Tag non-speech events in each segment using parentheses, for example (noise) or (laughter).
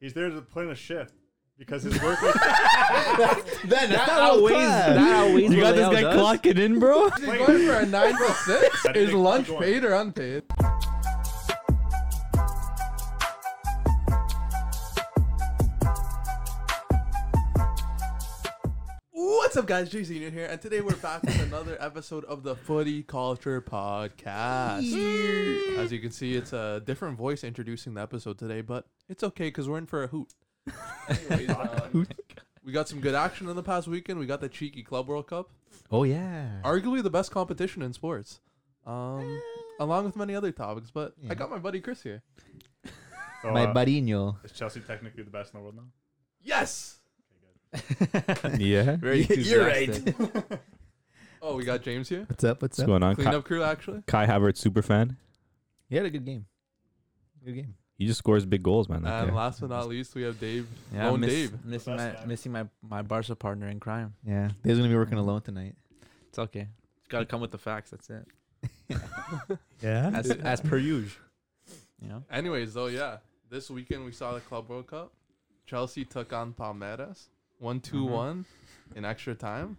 He's there to plan a shift because his work (laughs) was Then that always, that always You got what this Al guy does. clocking in, bro? Wait. going for a nine till six. That Is thing- lunch keep going. paid or unpaid? What's up, guys? Jay Senior here, and today we're back with another episode of the Footy Culture Podcast. As you can see, it's a different voice introducing the episode today, but it's okay because we're in for a hoot. (laughs) Anyways, um, we got some good action in the past weekend. We got the cheeky Club World Cup Oh yeah. arguably the best competition in sports, um, along with many other topics. But I got my buddy Chris here. so, My uh, (laughs) (laughs) barino. Is Chelsea technically the best in the world now? Yes. yeah. Very You're right. Oh, we got James here. What's up? What's What's up? going on? Kai, Cleanup crew, actually. Kai Havertz, super fan. He had a good game. Good game. He just scores big goals, man. that And guy. last but not least, we have Dave. Yeah, Lone miss- Dave. missing Best my guy. missing my my Barca partner in crime. Yeah. He's gonna be working alone tonight. It's okay. It's gotta come with the facts. (laughs) That's it. (laughs) Yeah. As as per usual. You know. Anyways, though, yeah, this weekend we saw the Club World Cup. Chelsea took on Palmeiras, one two one, Mm-hmm. in extra time.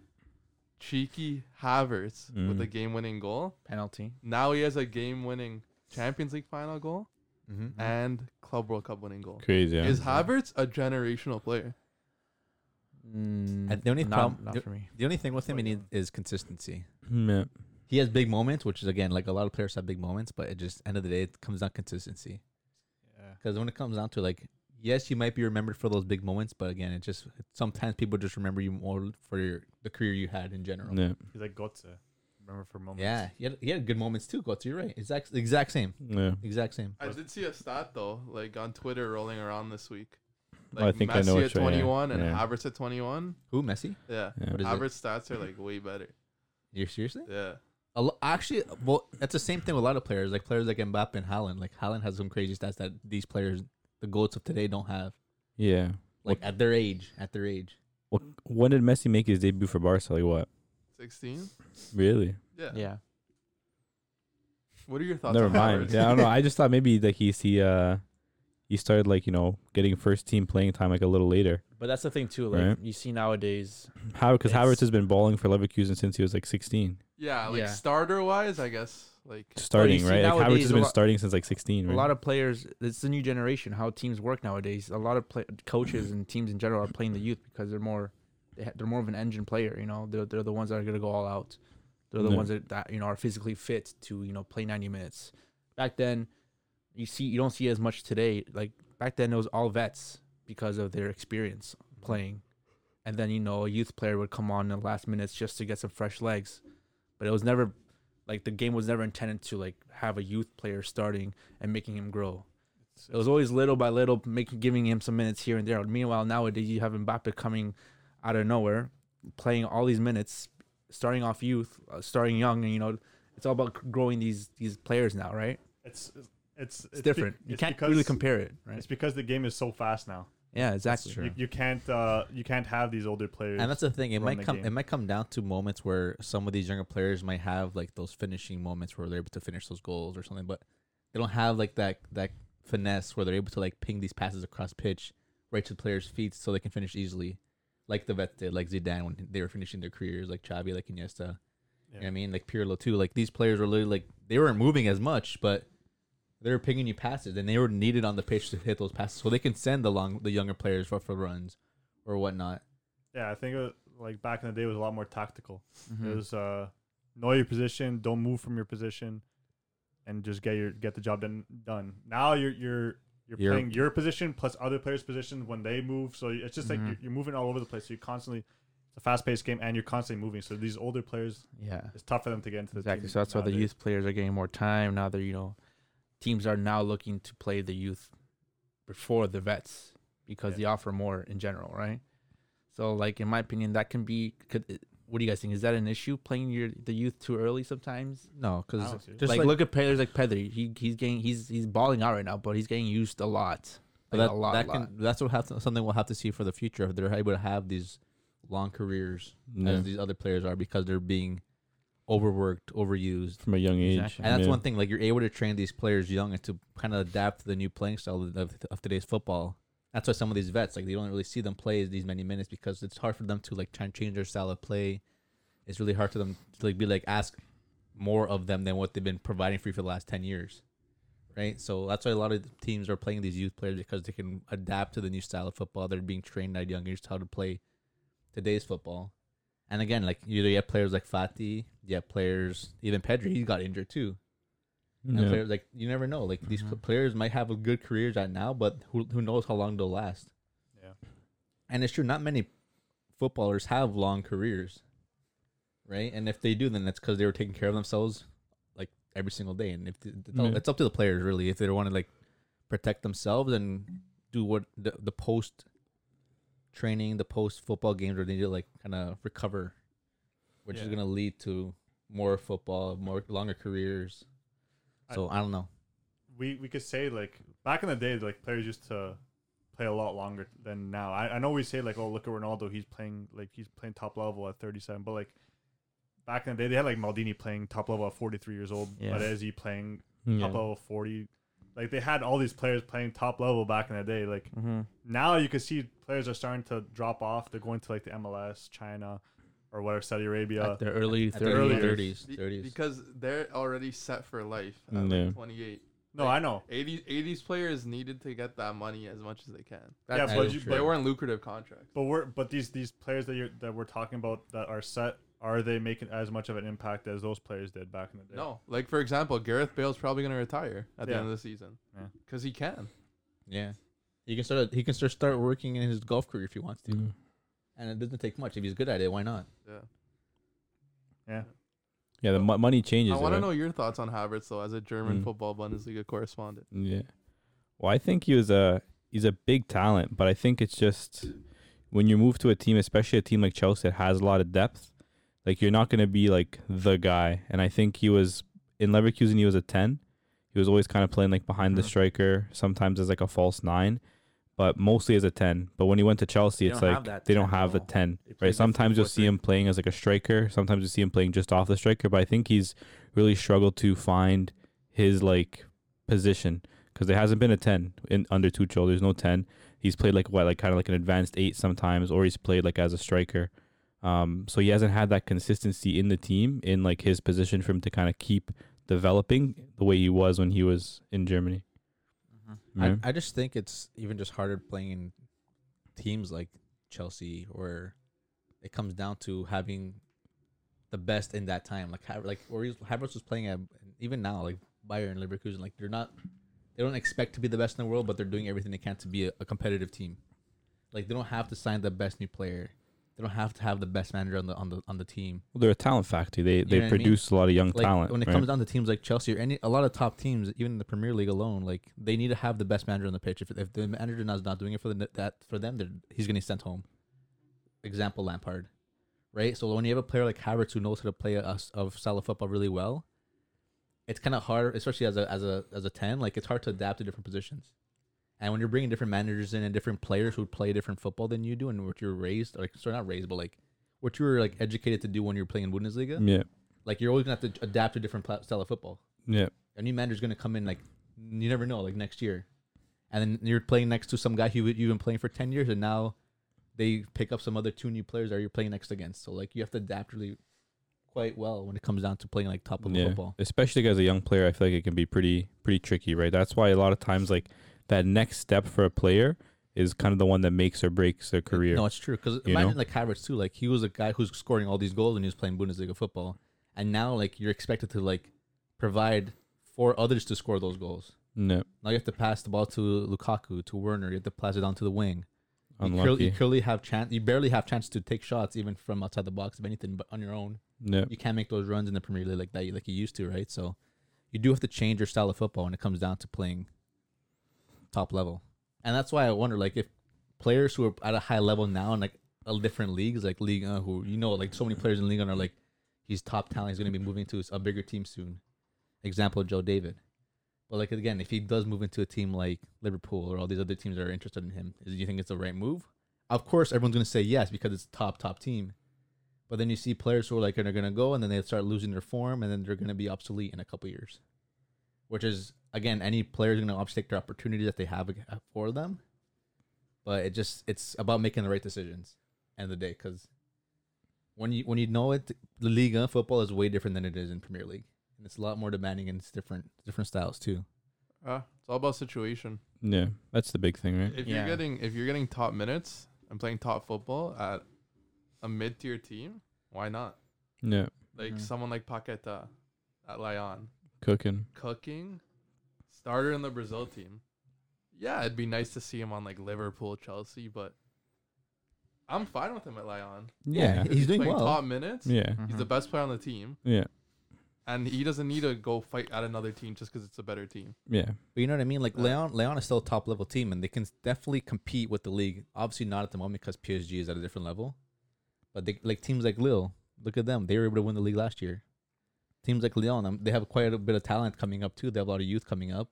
Cheeky Havertz with Mm. a game-winning goal. Penalty. Now he has a game-winning Champions League final goal Mm-hmm. Mm-hmm. Mm, and Club World Cup winning goal. Crazy. Yeah. Is Havertz a generational player? Uh, the only Mm, not, problem- not for me. The only thing with him he needs is consistency. Yeah. He has big moments, which is again like a lot of players have big moments, but it just end of the day it comes down to consistency. Because when it comes down to like, yes, you might be remembered for those big moments, but again, it just sometimes people just remember you more for your, the career you had in general. Yeah. He's like Gotze. Remember for moments. Yeah, he had, he had good moments too. Gotsu, you're right. Exact, exact same, yeah. exact same. I did see a stat though, like on Twitter rolling around this week. Oh, I think I know Messi what at you're- yeah, 21 and yeah. Havertz at 21. Who Messi? Yeah. Yeah. What is it? Havertz stats are like way better. You're seriously? Yeah. A lo- actually, well, that's the same thing with a lot of players, like players like Mbappe and Haaland. Like Haaland has some crazy stats that these players, the goats of today, don't have. Yeah. Like at their age, at their age. What, when did Messi make his debut for Barca? Like what? 16? Really? Yeah. Yeah. What are your thoughts Never on mind. Havertz? Yeah, I don't know. I just thought maybe like he's he uh he started like you know getting first team playing time like a little later. But that's the thing too. Like Right. you see nowadays, How because It's- Havertz has been balling for Leverkusen since he was like 16, (laughs) Yeah, like Yeah. starter wise, I guess. Like starting see, right. Like Havertz nowadays has a been lot- starting since like 16. Right? a lot of players. It's the new generation. How teams work nowadays. A lot of play, coaches and teams in general are playing the youth because they're more, they ha- they're more of an engine player. You know, they're they're the ones that are gonna go all out. They're the Yeah. ones that, that you know are physically fit to you know play ninety minutes. Back then, you see you don't see as much today. Like back then, it was all vets because of their experience playing, and then you know a youth player would come on in the last minutes just to get some fresh legs, but it was never like the game was never intended to like have a youth player starting and making him grow. It was always little by little, making giving him some minutes here and there. Meanwhile, nowadays you have Mbappe coming out of nowhere, playing all these minutes, starting off youth, uh, starting young, and you know it's all about c- growing these these players now, right? It's it's It's, different. bec- you it's can't because- really compare it, right? It's because the game is so fast now. Yeah, exactly. You, you can't uh you can't have these older players. And that's the thing. It run might the come. It game. might come down to moments where some of these younger players might have like those finishing moments where they're able to finish those goals or something, but they don't have like that that finesse where they're able to like ping these passes across pitch right to the players' feet so they can finish easily, like the vets did, like Zidane when they were finishing their careers, like Xavi, like Iniesta. You know what I mean, like Pirlo too. Like these players were literally like they weren't moving as much, but they were pinging you passes, and they were needed on the pitch to hit those passes, so they can send the long the younger players for, for runs or whatnot. yeah, I think it was, like back in the day it was a lot more tactical. It Mhm. was uh know your position, don't move from your position, and just get your get the job done. Done. Now you're you're you're, You're- playing your position plus other players' position when they move. So it's just Mm-hmm. like you're, you're moving all over the place. So you're constantly it's a fast paced game and you're constantly moving. So these older players, Yeah. it's tough for them to get into the Exactly. Team So that's why the nowadays. youth players are getting more time now. They're you know, teams are now looking to play the youth before the vets because Yeah. they offer more in general, right? So like in my opinion, that can be. Could, it- what do you guys think? Is that an issue playing your the youth too early sometimes? No, I because don't see it. just like, like, look at players like Pedri. He he's getting he's he's balling out right now, but he's getting used a lot. But Like, that, a lot. that a can lot. that's what have to, something we'll have to see for the future if they're able to have these long careers Yeah. as these other players are because they're being overworked, overused. from a young age. Exactly. And that's Yeah. one thing. Like you're able to train these players young and to kind of adapt to the new playing style of, of today's football. That's why some of these vets like they don't really see them play these many minutes because it's hard for them to like try and change their style of play. It's really hard for them to like be like ask more of them than what they've been providing for you for the last ten years, right? So that's why a lot of teams are playing these youth players because they can adapt to the new style of football. They're being trained at a young age how to play today's football. And again, like you you have players like Fati, you have players even Pedri, he got injured too. And players, like you never know. Like these pl- players might have a good career right now, but who who knows how long they'll last? Yeah. And it's true, not many footballers have long careers, right? And if they do, then that's because they were taking care of themselves like every single day. And if th- it's, all- Yeah. it's up to the players really, if they want to like protect themselves and do what the, the post training, the post football games where they need to like kind of recover, which is Yeah. gonna lead to more football, more longer careers. I- So I don't know. we we could say like back in the day, like players used to play a lot longer than now. I, I know we say like, oh look at Ronaldo, he's playing like he's playing top level at 37, but like back in the day they had like Maldini playing top level at 43 years old, Yeah. but Badezzi playing Yeah. top level 40. Like they had all these players playing top level back in the day. Like Mm-hmm. now you can see players are starting to drop off. They're going to like the MLS, China, or whatever Saudi Arabia. At their early At the 30s. early early years. 30s, Be- 30s. Because they're already set for life at like, Yeah. 28. No, I know. 80, 80s players needed to get that money as much as they can. Yeah, That but is you- true. They weren't lucrative contracts. But we're but these these players that you're that we're talking about that are set are they making as much of an impact as those players did back in the day? No, like for example, Gareth Bale's probably going to retire at the Yeah. end of the season Yeah. because he can. yeah. He can start. He can start start working in his golf career if he wants to, Yeah. and it doesn't take much. If he's good at it, why not? Yeah. Yeah. Yeah, the mo- money changes. I want to right? know your thoughts on Havertz though, as a German Hmm. Mm. football Bundesliga correspondent. Yeah. Well, I think he was a he's a big talent, but I think it's just when you move to a team, especially a team like Chelsea that has a lot of depth, like you're not going to be like the guy. And I think he was in Leverkusen, he was a ten. He was always kind of playing like behind the Mhm. striker, sometimes as like a false nine, but mostly as a ten. But when he went to Chelsea, They it's don't have like that they don't 10 at have a all. ten. They play Right. the Sometimes you'll see 3-4-3. him playing as like a striker. Sometimes you see him playing just off the striker. But I think he's really struggled to find his like position because there hasn't been a ten in under Tuchel. There's no ten. He's played like what, like kind of like an advanced eight sometimes, or he's played like as a striker. Um, so he hasn't had that consistency in the team in like his position for him to kind of keep developing the way he was when he was in Germany. Right? Mm-hmm. I, I just think it's even just harder playing in teams like Chelsea, where it comes down to having the best in that time. Like Ha- like where he's- Havertz was playing at, even now, like Bayern, Leverkusen, like they're not, they don't expect to be the best in the world, but they're doing everything they can to be a, a competitive team. Like they don't have to sign the best new player. They don't have to have the best manager on the on the on the team well, they're a talent factory. know They they what I mean? produce a lot of young like talent. when it right? comes down to teams like Chelsea or any a lot of top teams, even in the Premier League alone, like they need to have the best manager on the pitch. If, if the manager is not doing it for the, that for them, they're- he's going to be sent home. Example Lampard, right? So when you have a player like Havertz who knows how to play a, of style of football really well, it's kind of hard, especially as a as a as a ten. Like it's hard to adapt to different positions. And when you're bringing different managers in and different players who play different football than you do, and what you're raised like, sorry, not raised, but like what you were like educated to do when you're playing in Bundesliga, yeah, like you're always gonna have to adapt to different pla- style of football. yeah. A new manager's gonna come in like you never know, like next year, and then you're playing next to some guy who you've been playing for ten years, and now they pick up some other two new players that you're playing next against. So like you have to adapt really quite well when it comes down to playing like top level football. Especially as a young player, I feel like it can be pretty pretty tricky, right? That's why a lot of times like that next step for a player is kind of the one that makes or breaks their career. No, it's true. Because You imagine know? like Havertz too. Like he was a guy who's scoring all these goals and he was playing Bundesliga football, and now like you're expected to like provide for others to score those goals. no, Now you have to pass the ball to Lukaku, to Werner. You have to pass it on to the wing. You unlucky. clearly, you clearly have chance. You barely have chance to take shots, even from outside the box, if anything. But on your own, no, you can't make those runs in the Premier League like that, like you used to, right? So, you do have to change your style of football when it comes down to playing top level, and that's why I wonder, like, if players who are at a high level now in like a different leagues, like league, uh, who you know, like so many players in league are like, he's top talent. He's going to be moving to a bigger team soon. Example: Joe David. But like again, if he does move into a team like Liverpool or all these other teams that are interested in him, is- do you think it's the right move? Of course, everyone's going to say yes because it's top top team. But then you see players who are like are going to go and then they start losing their form and then they're going to be obsolete in a couple years, which is again any player is going to obstacle their opportunity that they have ag- for uh, them. But it just it's about making the right decisions end of the day because when you when you know it, the Liga football is way different than it is in Premier League, and it's a lot more demanding and it's different different styles too. Uh, it's all about situation. Yeah, that's the big thing, right? If Yeah. you're getting if you're getting top minutes and playing top football at a mid tier team, why not? Yeah, Like Mhm. someone like Paqueta at Lyon, cooking. cooking, starter in the Brazil team. Yeah, it'd be nice to see him on like Liverpool, Chelsea, but I'm fine with him at Lyon. Yeah, he's doing playing well. top minutes. yeah, He's Mm-hmm. the best player on the team, yeah, and he doesn't need to go fight at another team just because it's a better team. yeah. But you know what I mean? Like Yeah. Leon, Leon is still a top level team, and they can definitely compete with the league. Obviously, not at the moment because PSG is at a different level. But they like teams like Lille. Look at them; they were able to win the league last year. Teams like Leon, um, they have quite a bit of talent coming up too. They have a lot of youth coming up,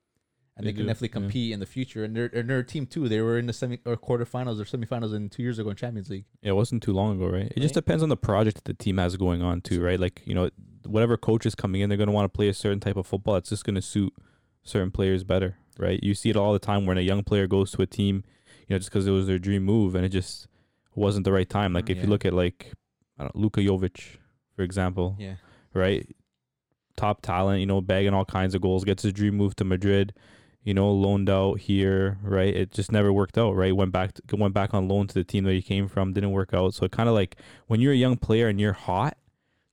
and they, They can do, definitely yeah. compete in the future. And they're, and they're a team too. They were in the semi or quarterfinals or semifinals in two years ago in Champions League. Yeah, it wasn't too long ago, right? It just Right. depends on the project that the team has going on too, right? Like you know, whatever coach is coming in, they're going to want to play a certain type of football. It's just going to suit certain players better, right? You see it all the time when a young player goes to a team, you know, just because it was their dream move and it just wasn't the right time. Like if Yeah. you look at like I don't, Luka Jovic, for example, Yeah, right? Top talent, you know, bagging all kinds of goals, gets his dream move to Madrid, you know, loaned out here, right? It just never worked out, right? Went back to, went back on loan to the team that he came from, didn't work out. So it kind of like when you're a young player and you're hot,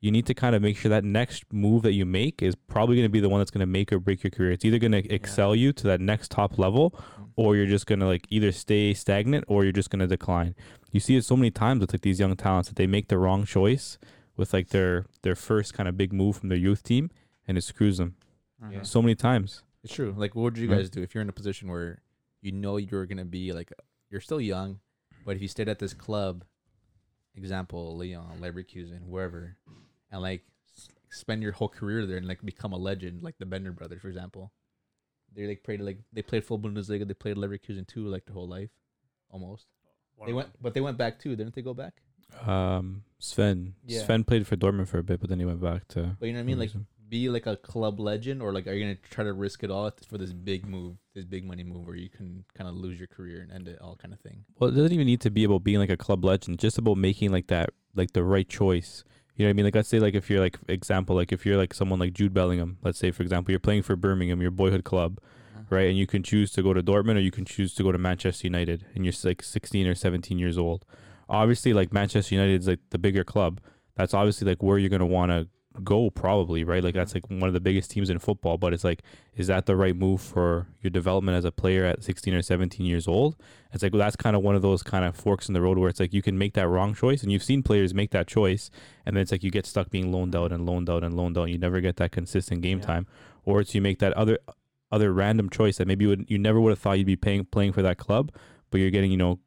you need to kind of make sure that next move that you make is probably going to be the one that's going to make or break your career. It's either going to excel you to that next top level or you're just going to like either stay stagnant or you're just going to decline. You see it so many times with like these young talents that they make the wrong choice with like their their first kind of big move from their youth team and it screws them Yeah. so many times. It's true. Like, what would you Mm. guys do if you're in a position where you know you're gonna be like you're still young, but if you stayed at this club, example Leon, Leverkusen, wherever, and like s- spend your whole career there and like become a legend, like the Bender brothers, for example. They like played like they played full Bundesliga. They played Leverkusen too, like their whole life, almost. One They of went, but they went back too, didn't they? Go back. Um, Sven Yeah. Sven played for Dortmund for a bit, but then he went back to. But you know what I mean, like. Leverkusen. Be like a club legend, or like, are you gonna try to risk it all for this big move, this big money move, where you can kind of lose your career and end it all, kind of thing? well, it doesn't even need to be about being like a club legend. Just about making like that like the right choice. You know what I mean? Like let's say like if you're like example like if you're like someone like Jude Bellingham, let's say for example you're playing for Birmingham, your boyhood club, right? And you can choose to go to Dortmund or you can choose to go to Manchester United, and you're s- like 16 or 17 years old. Obviously, like Manchester United is like the bigger club. That's obviously like where you're gonna want to go, probably, right? Like that's like one of the biggest teams in football. But it's like, is that the right move for your development as a player at 16 or 17 years old? It's like well, that's kind of one of those kind of forks in the road where it's like you can make that wrong choice, and you've seen players make that choice, and then it's like you get stuck being loaned out and loaned out and loaned out, and you never get that consistent game Yeah. time, or it's you make that other other random choice that maybe you would you never would have thought you'd be paying playing for that club, but you're getting you know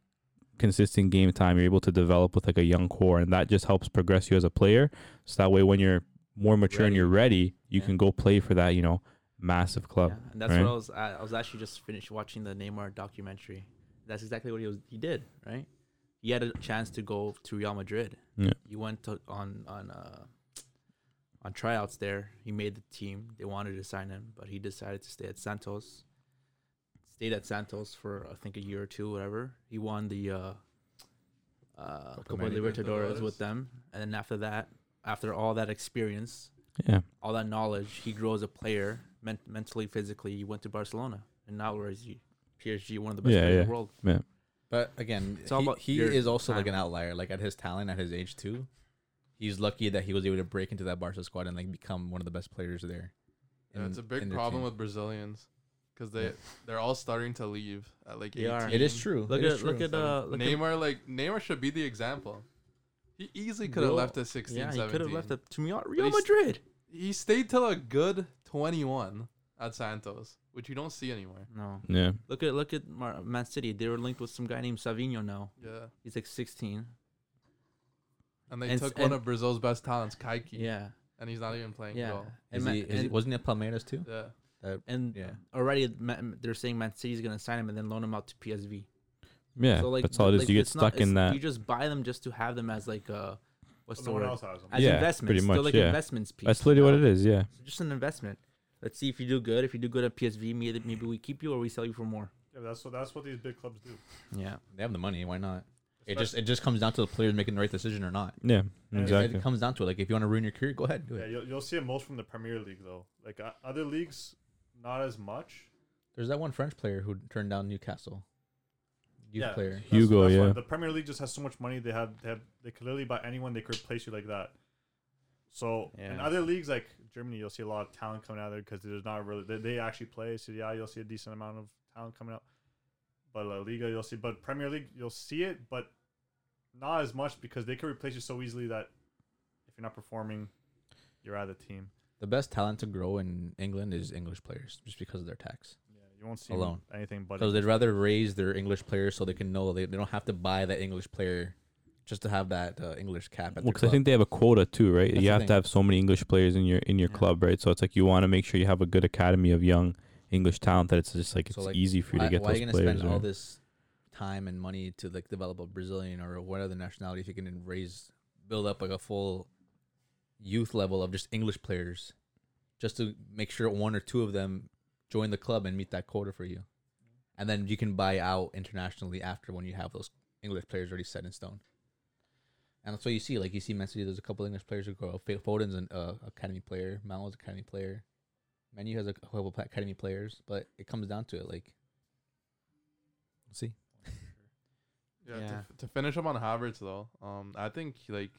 consistent game time. You're able to develop with like a young core, and that just helps progress you as a player. So that way, when you're more mature and Ready. you're ready, you Yeah. can go play for that you know massive club. Yeah, and that's right? what I was. I, I was actually just finished watching the Neymar documentary. That's exactly what he was. He did right. He had a chance to go to Real Madrid. Yeah. He went to, on on uh, on tryouts there. He made the team. They wanted to sign him, but he decided to stay at Santos. Stayed at Santos for I think a year or two, whatever. He won the uh, uh, Copa Copa Libertadores. Libertadores with them, and then after that, after all that experience, Yeah, all that knowledge, he grew as a player, men- mentally, physically. He went to Barcelona, and now where is he? PSG, one of the best Yeah, players in yeah. the world. But again, It's all he, about he your is also like an timing. outlier. Like at his talent, at his age too, he's lucky that he was able to break into that Barca squad and like become one of the best players there. Yeah, it's a in- big in their problem team. with Brazilians because they they're all starting to leave at like They 18. are. It is true. Look It is at true. look at uh, look at Neymar like Neymar should be the example. He easily could have Real- left at 16, yeah, he 17. could have left it to me Real he's- Madrid. He stayed till a good 21 at Santos, which you don't see anymore. No, yeah. look at look at Mar- Man City. They were linked with some guy named Savinho. Now Yeah, he's like 16. and they And s- took one and- of Brazil's best talents, Kaiki, Yeah, and he's not even playing yeah. well. And Is Ma- he, is he, and- wasn't it Palmeiras too? Yeah, and Yeah. already Man- they're saying Man City's gonna sign him and then loan him out to PSV. Yeah, that's all it is. like, you get it's not- stuck in it's- that. You just buy them just to have them as like uh, what's the Someone word? else has them. As Yeah, investments, pretty they're much, like yeah. investments piece. That's literally what it is. Yeah, So just an investment. Let's see if you do good. If you do good at PSV, maybe maybe we keep you or we sell you for more. Yeah, that's what that's what these big clubs do. Yeah. They have the money. Why not? It just Especially- it just comes down to the players making the right decision or not. Yeah, Yeah, It- exactly. It comes down to it. Like if you want to ruin your career, go ahead. Do yeah, it. you'll, you'll see it most from the Premier League though. Like uh, other leagues, not as much. There's that one French player who turned down Newcastle. Youth yeah, player. that's- Hugo, that's why yeah. the Premier League just has so much money. They have they have they could literally buy anyone. They could replace you like that. So in Yeah. other leagues like Germany, you'll see a lot of talent coming out of there because there's not really they, they actually play. So yeah, you'll see a decent amount of talent coming out. But La Liga, you'll see. But Premier League, you'll see it, but not as much because they can replace you so easily that if you're not performing, you're out of the team. The best talent to grow in England is English players, just because of their tax. Yeah, you won't see Alone. anything but Because they'd rather raise their English players so they can know they, they don't have to buy that English player just to have that uh, English cap. At Well, their 'cause I club. think they have a quota too, right? That's you the have thing. to have so many English players in your in your Yeah. club, right? So it's like you want to make sure you have a good academy of young English talent that it's just like it's So, like, easy for you why, to get why those are you gonna players. eh? spend all right? this time and money to like develop a Brazilian or what other nationality if you can raise build up like a full youth level of just English players just to make sure one or two of them join the club and meet that quota for you. And then you can buy out internationally after when you have those English players already set in stone. And that's what you see. Like you see Man City, there's a couple English players who grow up. Fa- Foden's an uh, academy player. Mount was an academy player. Menu has a couple of academy players, but it comes down to it. Like See, Yeah. To, Yeah. f- to finish up on Havertz though, um, I think like,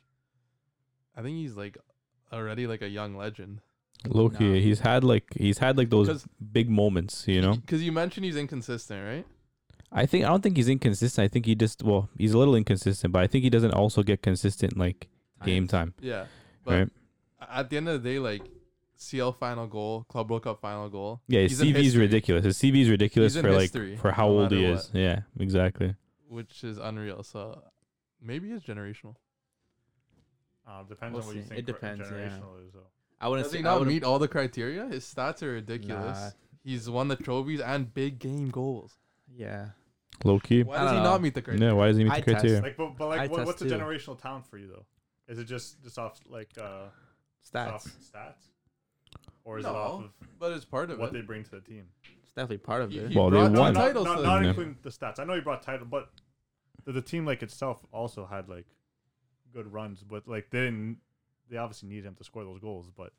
I think he's like already like a young legend. Loki, Nah. he's had like he's had like those 'Cause- big moments, you know. because you mentioned he's inconsistent, right? I think I don't think he's inconsistent. I think he just well, he's a little inconsistent, but I think he doesn't also get consistent like game time, Yeah, but right? a- at the end of the day, like CL final goal, Club World Cup final goal. Yeah, his he's in CV is history. ridiculous. His CV is ridiculous He's in for like history, for how no old he matter is. Yeah, exactly. which is unreal. So maybe it's generational. Uh, depends We'll on what you see. think. It gr- depends, yeah. Generational is though. I wouldn't Does say he I not would've- meet all the criteria? His stats are ridiculous. Nah. He's won the trophies and big game goals. Yeah. Low key. Why I does he don't not know. meet the criteria? Yeah, why does he meet Eye the test. criteria? Like, but, but Eye like, what, test what's a too. generational talent for you though? Is it just just off like uh, just Stats. off stats, or is it off No, of But it's part of what they it. bring to the team? It's definitely part of He- it. he Well, they brought two won. Not, titles not, to the not Yeah. including the stats. I know you brought title, but the, the team like itself also had like good runs, but like they didn't. They obviously needed him to score those goals, but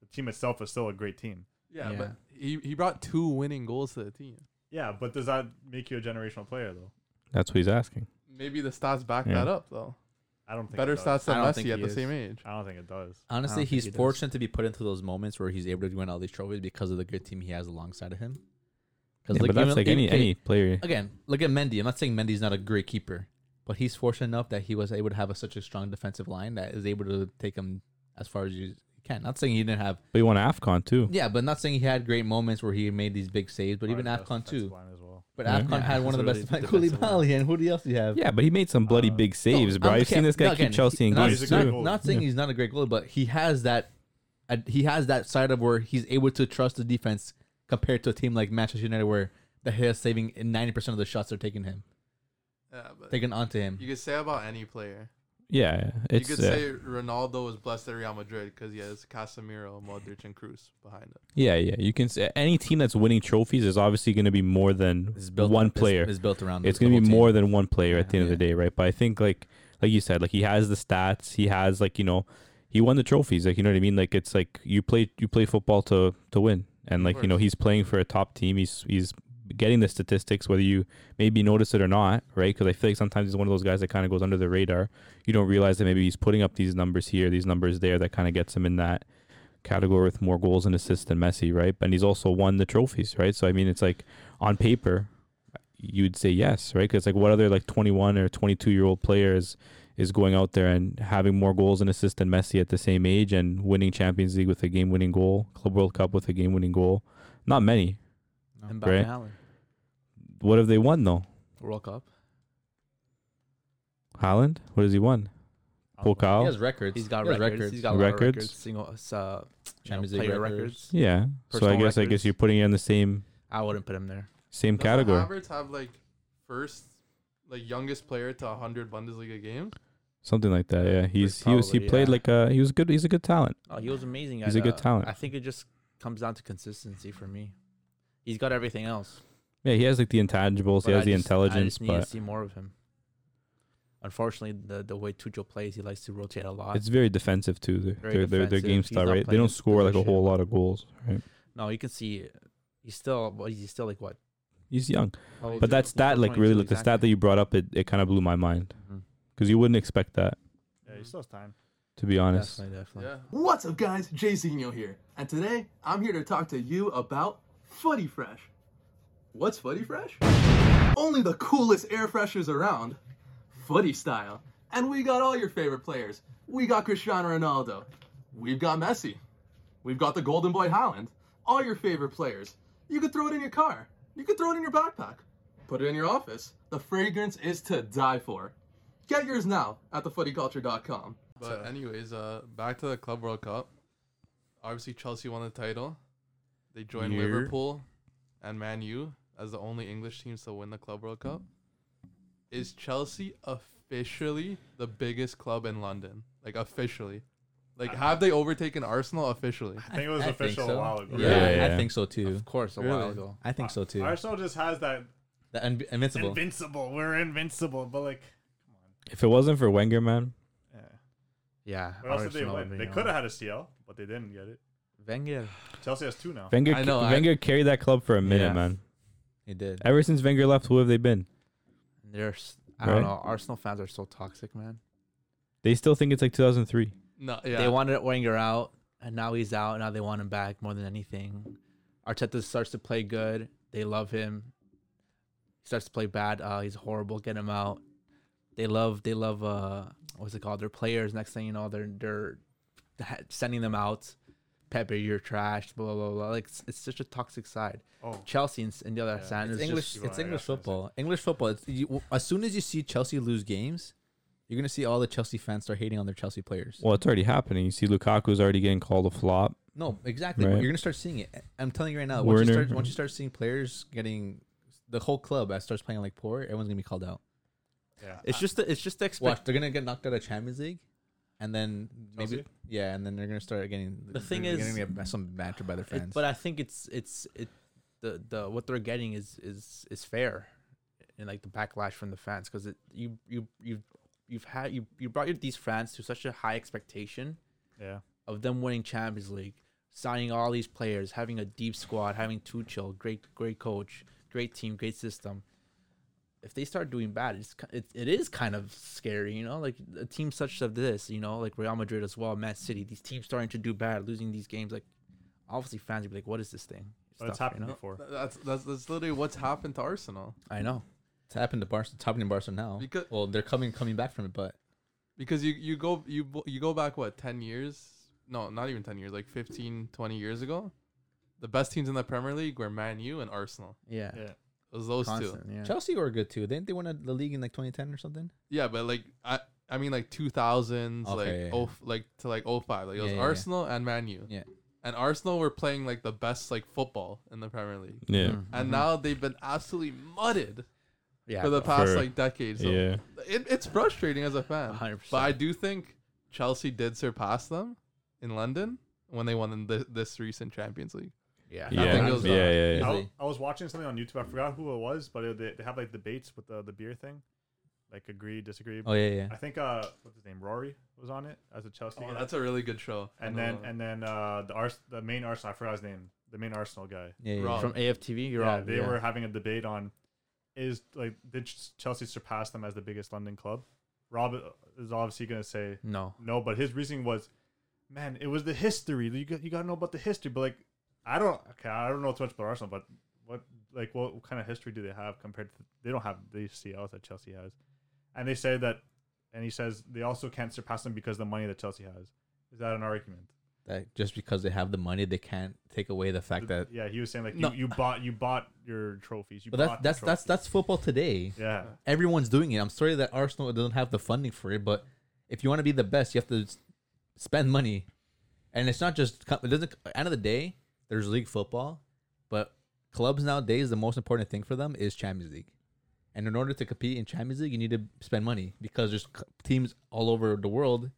the team itself is still a great team. Yeah, Yeah. but he, he brought two winning goals to the team. Yeah, but does that make you a generational player though? That's what he's asking. Maybe the stats back Yeah. that up though. I don't think Better it does. stats than I don't think Messi at he the is. same age. I don't think it does. Honestly, think he's he does. fortunate to be put into those moments where he's able to win all these trophies because of the good team he has alongside of him. Yeah, Because but that's like any any player. again, look at Mendy. I'm not saying Mendy's not a great keeper, but he's fortunate enough that he was able to have a, such a strong defensive line that is able to take him as far as you can. Not saying he didn't have, But he won Afcon too. yeah, but not saying he had great moments where he made these big saves. But even Probably the best Afcon defensive too. line as well. But Yeah. Afcon Yeah, had one of the it's best. really Koulibaly, defensive line. and who do else do you have? Yeah, but he made some bloody Uh, big saves, No, bro. I'm- I've seen this guy no, again, keep Chelsea he- in no, games games he's a too. good- too. goalie. Not saying he's not a great goalie, but he has that. uh, He has that side of where he's able to trust the defense compared to a team like Manchester United, where the he is saving ninety percent of the shots they're taking him, Yeah, but taken onto him. you could say about any player. Yeah, it's you could uh, say Ronaldo was blessed at Real Madrid because he has Casemiro, Modric, and Cruz behind him. yeah, yeah. You can say any team that's winning trophies is obviously going to be more than It's built one it's- player. It's, built around. it's the going to whole be team. more than one player at the Yeah, end of the day, right? But I think like like you said, like he has the stats, he has like you know, he won the trophies, like you know what I mean. Like it's like you play you play football to to win, and Of like you know course. he's playing for a top team. He's he's getting the statistics whether you maybe notice it or not, right? Because I feel like sometimes he's one of those guys that kind of goes under the radar. You don't realize that maybe he's putting up these numbers here, these numbers there, that kind of gets him in that category with more goals and assists than Messi, right? And he's also won the trophies, right? So I mean, it's like on paper, you'd say yes, right? Because like, what other like 21 or 22 year old player is is going out there and having more goals and assists than Messi at the same age and winning Champions League with a game winning goal, Club World Cup with a game winning goal? Not many. And Right. Van Halen. What have they won though? World Cup. Haaland? What has he won? I don't know. Pokal? He has records. He's got He has records. He's got a lot Records. of records. Single uh, Champions Champions League player records. records. yeah. So I Personal guess I guess records. you're putting it in the same I wouldn't put him there. same Doesn't category. Havertz have like first, like youngest player to 100 Bundesliga games? Something like that. Yeah. He's he was he Probably, played yeah. like a he was good he's a good talent. Oh, he was amazing. He's at, a good uh, talent. I think it just comes down to consistency for me. He's got everything else. Yeah, he has like the intangibles. he But has I the just- I intelligence, just need to but see more of him. Unfortunately, the the way Tuchel plays, he likes to rotate a lot. it's very defensive too. Their Very their, their, their defensive. game He's style, not right? They playing don't score like a shit. whole lot of goals, right? no, you can see he's still well, he's still like what? He's young, how old but is that he? stat, like really, 22 like the stat that exactly. you brought up, it, it kind of blew my mind Mm-hmm. Mhm. because you wouldn't expect that, Yeah, he Mm-hmm. Mhm. still has time. to be honest. Definitely, definitely. Yeah. What's up, guys? Jay Zeno here, and today I'm here to talk to you about Footy Fresh. What's Footy Fresh? Only the coolest air freshers around, footy style. And we got all your favorite players. We got Cristiano Ronaldo. We've got Messi. We've got the Golden Boy Holland. All your favorite players. You could throw it in your car. You could throw it in your backpack. Put it in your office. The fragrance is to die for. Get yours now at thefootyculture.com. But anyways, uh, back to the Club World Cup. Obviously, Chelsea won the title. They joined Yeah. Liverpool and Man U as the only English teams to win the Club World Cup. Is Chelsea officially the biggest club in London? Like officially, like have they overtaken Arsenal officially? I think it was think official so. a while ago. Uh, Yeah, Yeah, I yeah. think so too. Of course, a while Really? ago. I think so too. Arsenal just has that The un- invincible. invincible. We're invincible, but like, If it wasn't for Wenger, man, yeah. Yeah. What else did they Arsenal win? would They be could on. have had a CL, but they didn't get it. Wenger. Chelsea has two now. Wenger I know, I- Wenger carried that club for a minute, Yeah. man. he did. Ever since Wenger left, who have they been? There's I don't Right? know. Arsenal fans are so toxic, man. They still think it's like 2003. No, yeah. They wanted Wenger out, and now he's out. Now they want him back more than anything. Arteta starts to play good. They love him. Starts to play bad. Uh, he's horrible. Get him out. They love. They love. Uh, what's it called? Their players. Next thing you know, they're they're ha- sending them out. Pepe, you're trash. Blah blah blah. Like it's, it's such a toxic side. Oh, Chelsea and, and the other Yeah. side It's is English. just- it's Yeah, English that's what I'm saying. football. English football. It's, you, as soon as you see Chelsea lose games, you're gonna see all the Chelsea fans start hating on their Chelsea players. Well, it's already happening. You see, Lukaku's already getting called a flop. No, exactly. Right. You're gonna start seeing it. I'm telling you right now. Once you, Werner. start, once you start seeing players getting the whole club that starts playing like poor, everyone's gonna be called out. yeah. It's just the it's just the expect- Watch, they're gonna get knocked out of Champions League, and then maybe Chelsea? yeah, and then they're gonna start getting The thing they're is- gonna get ba- some banter by their It- fans. but I think it's it's it the the what they're getting is is is fair, and like the backlash from the fans because it you you you you've had you you brought your, these fans to such a high expectation Yeah. of them winning Champions League, signing all these players, having a deep squad, having Tuchel, great great coach, great team, great system. If they start doing bad, it's ki- it, it is kind of scary, you know. Like a team such as this, you know, like Real Madrid as well, Man City, these teams starting to do bad, losing these games. Like obviously, fans will be like, "What is this thing?" But Stuff, it's happened you know? before. That's, that's that's literally what's happened to Arsenal I know. it's happened to Barca. It's happening to Barca now. because Well, they're coming coming back from it, but because you you go you bo- you go back what 10 years no not even 10 years like 15 20 years ago the best teams in the premier league were man u and arsenal Yeah. Yeah. it was those two Constant, yeah. Chelsea were good too. Didn't they win a, the league in like 2010 or something? yeah but like i i mean like 2000s Okay, like yeah, yeah. oh like to like 05 like it Yeah, was yeah, yeah. arsenal and man u Yeah. and arsenal were playing like the best like football in the premier league Yeah, Mhm. and now they've been absolutely mudded yeah, for the bro. past (laughs) For- like decades. So yeah. it, it's frustrating as a fan. 100%. But I do think Chelsea did surpass them in London when they won the, this recent Champions League. yeah, Yeah, I think it was, uh, yeah, yeah, yeah. I, Easily. w- I was watching something on YouTube. I forgot who it was, but it, they, they have like debates with the, the beer thing, like agree, disagree. Oh yeah, yeah. I think uh, what's his name, Rory was on it as a Chelsea. Oh, guy. that's a really good show. and I then know. and then uh, the Ars- the main Arsenal. I forgot his name. The main Arsenal guy. yeah, Oh. yeah, Wrong. from AFTV, you're yeah, all they were having a debate on is like did Ch- Chelsea surpass them as the biggest London club? Rob is obviously going to say (laughs) no. no, but his reasoning was, man, it was the history. You got you got to know about the history. But like, I don't. Okay, I don't know too much about Arsenal, but what like what, kind of history do they have compared to? They don't have the CLs that Chelsea has, and they say that, and he says they also can't surpass them because of the money that Chelsea has. Is that an argument? That just because they have the money, they can't take away the fact that. yeah, he was saying like No. you, you bought you bought your trophies. You But bought that's the that's that's trophies. that's football today. yeah. Everyone's doing it. I'm sorry that Arsenal doesn't have the funding for it, but if you want to be the best, you have to s- spend money, and it's not just. co- It doesn't. At the end of the day, there's league football, but clubs nowadays the most important thing for them is Champions League, and in order to compete in Champions League, you need to spend money because there's c- teams all over the world,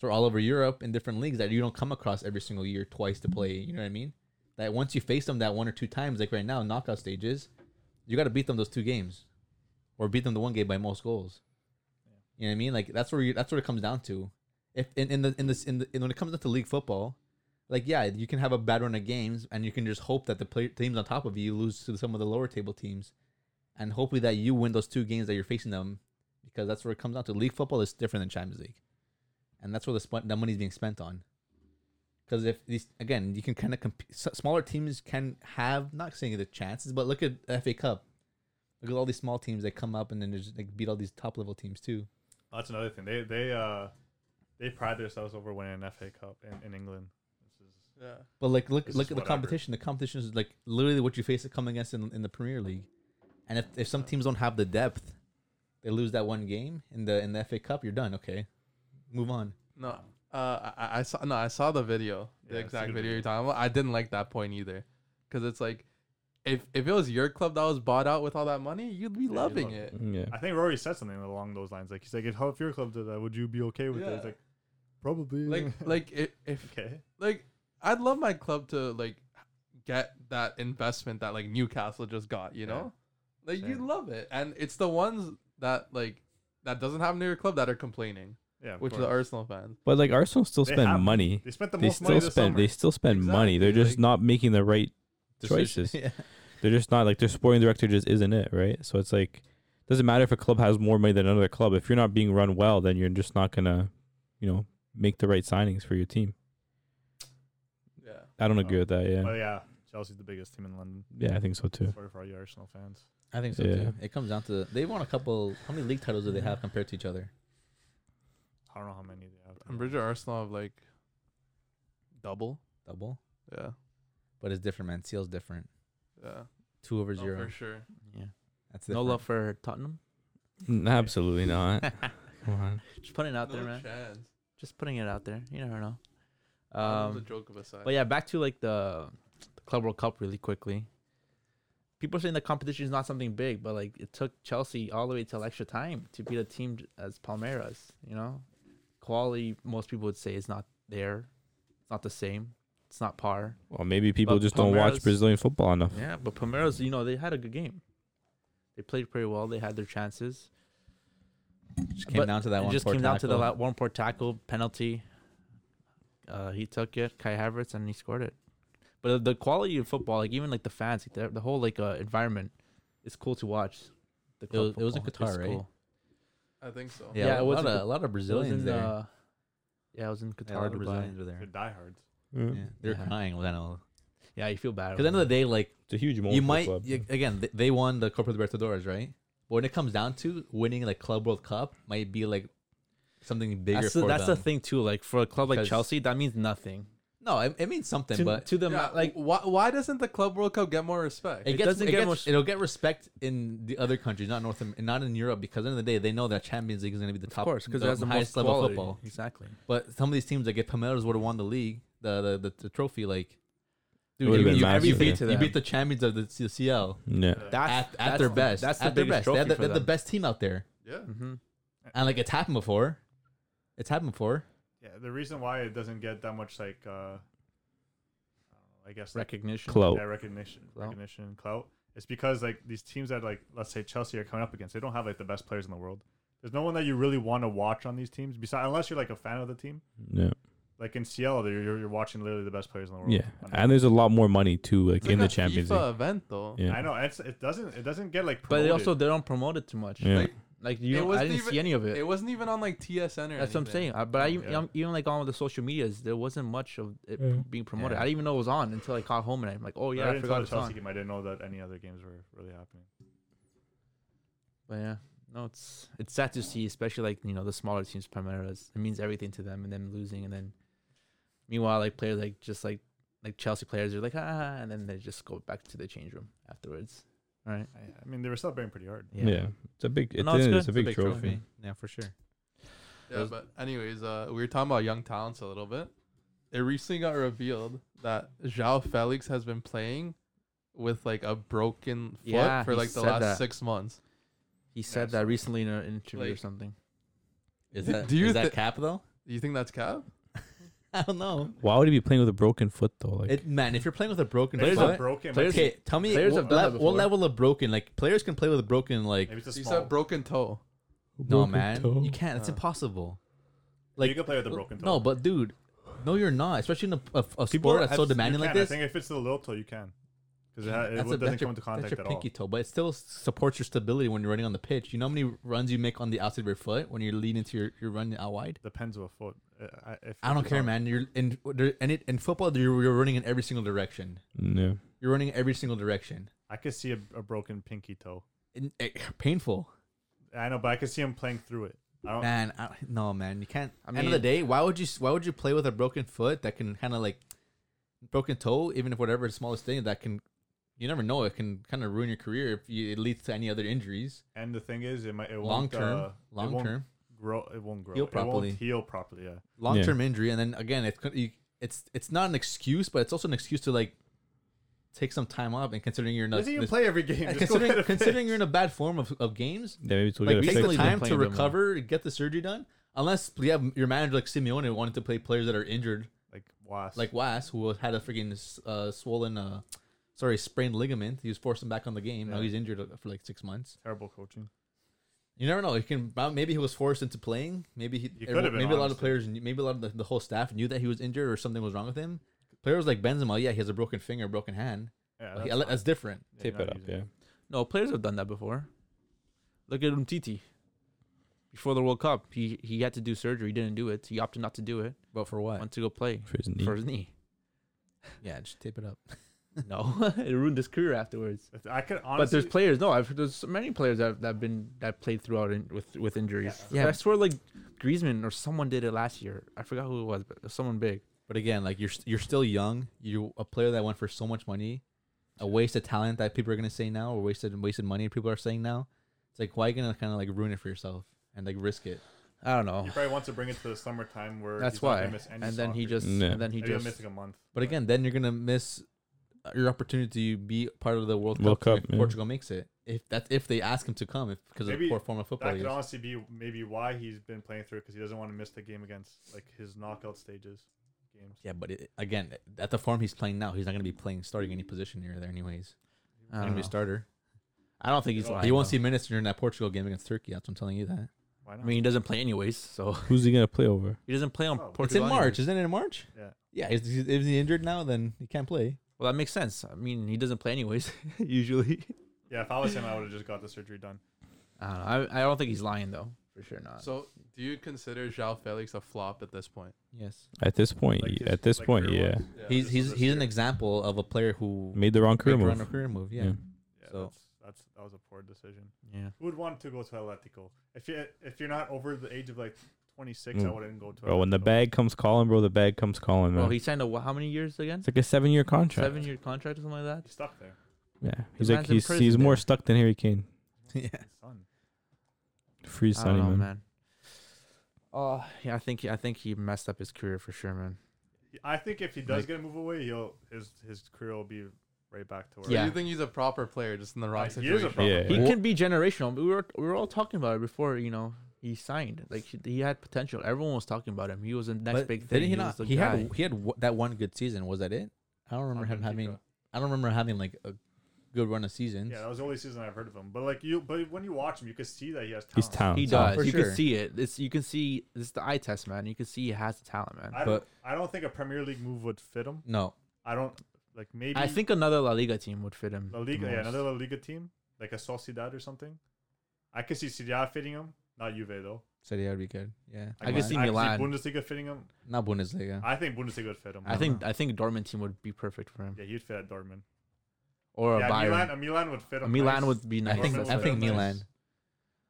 so all over Europe in different leagues that you don't come across every single year twice to play. You know what I mean? That once you face them that one or two times, like right now, knockout stages, You got to beat them those two games, or beat them the one game by most goals. You know what I mean? Like that's where you, that's what it comes down to. If in, in the in this in, the, in when it comes down to league football, like yeah, you can have a bad run of games, and you can just hope that the play, teams on top of you lose to some of the lower table teams, and hopefully that you win those two games that you're facing them, because that's where it comes down to. League football is different than Champions League, and that's where the sp- that money's being spent on. Because if these again, you can kind of comp- s- smaller teams can have not saying the chances, but look at FA Cup. Look at all these small teams that come up and then just like beat all these top level teams too. That's another thing. They they uh they pride themselves over winning an FA Cup in, in England. This is Yeah. But like, look It's look just at the whatever. competition. The competition is like literally what you face it coming against in, in the Premier League, and if, if some teams don't have the depth, they lose that one game in the in the FA Cup. You're done. Okay, move on. No, uh, I, I saw no, I saw the video, the Yeah, it's a exact good video, you're video. talking about. I didn't like that point either, because it's like, if if it was your club that was bought out with all that money, you'd be you'd loving love it. Yeah. I think Rory said something along those lines. Like he's like, if how if your club did that, would you be okay with it? Yeah. It's like probably (laughs) Like like if, if okay. like I'd love my club to like get that investment that like Newcastle just got. You Yeah. know, like you'd Same. love it, and it's the ones that like that doesn't happen to your club that are complaining, Yeah, of which are the course. Arsenal fans. But like Arsenal still They spend have- money. they spent the They most money still this spend. summer. They still spend money. They're Exactly, just like- not making the right. Decision. (laughs) Choices. yeah. They're just not like their sporting director just isn't it, right? So it's like doesn't matter if a club has more money than another club. If you're not being run well, then you're just not gonna, you know, make the right signings for your team. Yeah, I don't agree with that. Yeah, But yeah, Chelsea's the biggest team in London. yeah, I think so too. Sorry for all you Arsenal fans. I think so Yeah. too. It comes down to they won a couple. How many league titles do they have compared to each other? I don't know how many they have. and Bridger Arsenal have like double. Double, Yeah, but it's different, man. Seal's different. yeah, Two over No, zero. Oh, for sure. Yeah. That's No love for Tottenham. Mm, Absolutely not. Come on. Just putting it out there, No man. chance. Um, Just putting it out there. You never know. That was Um, a joke of a side. But yeah, back to like the, the Club World Cup really quickly. People are saying the competition is not something big, but like it took Chelsea all the way till extra time to beat a team j- as Palmeiras. You know, quality most people would say is not there. It's not the same. It's not par. Well, maybe people But just don't watch Palmeiras- Brazilian football enough. Yeah, but Palmeiras, you know, they had a good game. They played pretty well. They had their chances. Just came But down to that it one. just poor came down to the tackle. la- one poor tackle penalty. Uh, he took it, Kai Havertz, and he scored it. But the- the quality of football, like even like the fans, like, the, the whole like uh, environment, is cool to watch. The club was- it was in football, Qatar, it's right? cool. I think so. Yeah, Yeah, it a, was lot in of, Q- a lot of It was Brazilians in, there. uh, yeah, I was in Yeah, a lot Qatar, of Dubai. Brazilians were They're there. diehards. Mm. Yeah, they're Yeah. crying when I Yeah, you feel bad. Because at the end of the day, like It's a huge moment. you for the might club. you- again, th- they won the Copa Libertadores, right? But when it comes down to winning like Club World Cup, might be like something bigger that's the, for that's them. the thing too. Like for a club like Because- Chelsea, that means nothing no, it, it means something, to, but to them. Yeah, like why, why doesn't the Club World Cup get more respect? it, it gets, doesn't it get gets- much- It'll get respect in the other countries, not North, Am- not in Europe, because at the end of the day, they know that Champions League is going to be the of top, course, because the that's the highest most level quality. football. Exactly. But some of these teams, like if Palmeiras would have won the league, the the, the, the trophy, like It would've you, been you, massive, you, yeah. beat, you them. beat the champions of the, the CL yeah. at, That's at that's their the- best. That's the at their biggest best. They trophy had the, for they had the them. best team out there. yeah. Mhm. And like it's happened before. It's happened before. Yeah, the reason why it doesn't get that much like uh, I don't know, I guess like, Recognition. Clout. yeah, recognition, Clout. recognition, clout. It's because like these teams that like let's say Chelsea are coming up against, they don't have like the best players in the world. There's no one that you really want to watch on these teams, besides unless you're like a fan of the team. Yeah. Like in Seattle, there- you're, you're watching literally the best players in the world. Yeah. on the- And there's a lot more money too, like It's in like the a Champions FIFA event though. League. Yeah. I know it's, it doesn't it doesn't get like But promoted. they also they don't promote it too much. Yeah. Like, Like It you, don't, I wasn't didn't even- see any of it. It wasn't even on like TSN or That's what I'm anything. saying. Uh, but I Yeah. even, I'm- even like on the social medias, there wasn't much of it Yeah. being promoted. Yeah. I didn't even know it was on until I caught home and I'm like, oh yeah, Right I, until forgot the it's Chelsea on. game. I didn't know that any other games were really happening. But yeah, no, it's it's sad to see, especially like you know the smaller teams, Palmeiras. It means everything to them, and them losing, and then meanwhile, like players like just like like Chelsea players are like ah, and then they just go back to the change room afterwards. Right? I, I mean, they were celebrating pretty hard. Yeah. It's a big it's, No, it's it's, good. a big trophy. Yeah, for sure. Yeah, but anyways, uh, we were talking about young talents a little bit. It recently got revealed that Zhao Felix has been playing with like a broken foot Yeah, for he like the said last that. six months. He said so- that recently in an interview or Like- something. Is Do- that do you is that thi- cap though? Do you think that's cap? I don't know. Why would he be playing with a broken foot though? Like It, man, if you're playing with a broken Players foot, are broken. but players- okay, tell me players what, have done that le- what before. level of broken? Like players can play with a broken like maybe it's a He small. said broken toe. no broken man, toe. you can't. It's impossible. like, you can play Uh. with a broken toe. No, but dude, no, you're not. Especially in a, a, a People sport are- that's so you demanding like can. this. I think if it's the little toe, you can, because it, ha- it that's doesn't a, that's come your, into that's contact your at all. pinky toe, but it still s- supports your stability when you're running on the pitch. You know how many runs you make on the outside of your foot when you're leaning to your, your run out wide. Depends on a foot. Uh, I, if I don't it's care, on- man. You're in there- and it in football. You're, you're running in every single direction. yeah. You're running in every single direction. I could see a, a broken pinky toe. And, eh, painful, I know, but I could see him playing through it. I don't. man. I, no, man. You can't. I end of the mean- day, why would you? s- Why would you play with a broken foot that can kind of like broken toe, even if whatever the smallest thing that can. You never know. It can kind of ruin your career if you, it leads to any other injuries. And the thing is, it might it Long won't, term, uh, it long won't term, grow. It won't grow. Heal It properly. won't heal properly. Yeah. long term injury, and then again, it's you, it's it's not an excuse, but it's also an excuse to like take some time off. And considering you're not Doesn't even this- play every (laughs) game. (laughs) and Just go get considering a fix. considering you're in a bad form of, of games, Yeah, maybe it's we like gotta take fix. the them. time Playing to them more. recover, get the surgery done. Unless you have your manager like Simeone wanted to play players that are injured, like wasp. like Was, who had a freaking uh, swollen, uh, sorry, sprained ligament. He was forced him back on the game. Now Yeah. he's injured uh, for like six months. terrible coaching. You never know. He can maybe he was forced into playing. Maybe he, He could've been, maybe a lot of honestly. players, knew- maybe a lot of the, the whole staff knew that he was injured or something was wrong with him. Players like Benzema, yeah, he has a broken finger, broken hand. Yeah, Like, that's that's different. fine. Tape You're it not up. using Yeah. No, players have done that before. Look at Umtiti. Before the World Cup, he, he had to do surgery. He didn't do it. He opted not to do it. But for what? Wanted to go play For his knee. for his knee. Yeah, just tape it up. No, (laughs) it ruined his career afterwards. If- I could honestly. but there's players. No, I've there's so many players that that have been that played throughout in, with with injuries. Yeah. Yeah. I swear, like Griezmann or someone did it last year. I forgot who it was, but it was someone big. But again, like you're st- you're still young. You a player that went for so much money, a waste of talent that people are gonna say now, or wasted wasted money people are saying now. It's like why you gonna kind of like ruin it for yourself and like risk it? I don't know. He probably wants to bring it to the summertime where That's he's not why. gonna miss any And then he soccer. just Yeah. and then he Maybe I'm just missing a month. But again, then you're gonna miss uh, your opportunity to be part of the World Cup, World Cup, if yeah. Portugal makes it. If that's if they ask him to come, if because of Maybe the poor form of football. that he could is. honestly be maybe why he's been playing through it because he doesn't want to miss the game against like his knockout stages games. Yeah, but it, again, at the form he's playing now, he's not gonna be playing starting any position here or there anyways. I He's don't, gonna be know. a starter. I don't think he's You lying. He won't though. see minutes during that Portugal game against Turkey. That's what I'm telling you that. Why I not? mean, he doesn't play anyways, so (laughs) Who's he gonna play over? he doesn't play on Oh. It's in Portugal. it's in March, anyways. isn't it? In March. Yeah. Yeah. Is, is is he injured now? Then he can't play. Well, that makes sense. I mean, he doesn't play anyways (laughs) usually. yeah, if I was him, I would have just got the surgery done. I don't know. I, I don't think he's lying though. For sure not. So, do you consider Zhao Felix a flop at this point? yes. At this point, Like y- his- at this like point, career-wise? yeah, he's this he's was this he's an year. example of a player who made the wrong career made the move. wrong career move. Yeah. Yeah. Yeah, So- that's, that's that was a poor decision. Yeah. Who would want to go to Atletico? If you if you're not over the age of like 26, I Mm. wouldn't go to. Bro, when the Atletico. bag comes calling, bro, the bag comes calling, man. Well, he signed a wha- how many years again? it's like a seven-year contract. Seven year contract or something like that. he's stuck there. Yeah, he's man's like in he's prison he's more there. stuck than Harry Kane. (laughs) yeah. His son. Free I don't Sonny, know, man. man. Oh yeah, I think he, I think he messed up his career for sure, man. I think if he does Like- get a move away, he'll his his career will be right back to where. So Yeah. you think he's a proper player, just in the wrong Uh, he situation? is a problem. Yeah. He Well- can be generational. We were we were all talking about it before, you know. He signed like he, he had potential. Everyone was talking about him. He was the next But big thing. didn't he was not? the He had guy. he had w- that one good season. Was that it? I don't remember him Atletico. having. I don't remember having like a good run of seasons. Yeah, that was the only season I've heard of him. But like you, but when you watch him, you can see that he has talent. He's talented. He Oh, for does. You sure. can see it. It's you can see this is the eye test, man. You can see he has the talent, man. I don't, But- I don't think a Premier League move would fit him. No. I don't like maybe. I think another La Liga team would fit him. La the Liga, yeah, most. another La Liga team like a Sociedad or something. I could see Serie A fitting him, not Juve though. Said he would be good. Yeah. I can Milan. see I Milan. Bundesliga fitting him. Not Bundesliga. I think Bundesliga would fit him. I think I think Dortmund team would be perfect for him, Yeah, he'd fit at Dortmund. or yeah, a Bayern. Milan, a Milan would fit him. Milan nice. would be I nice. think Dortmund I would think fit him Milan. nice.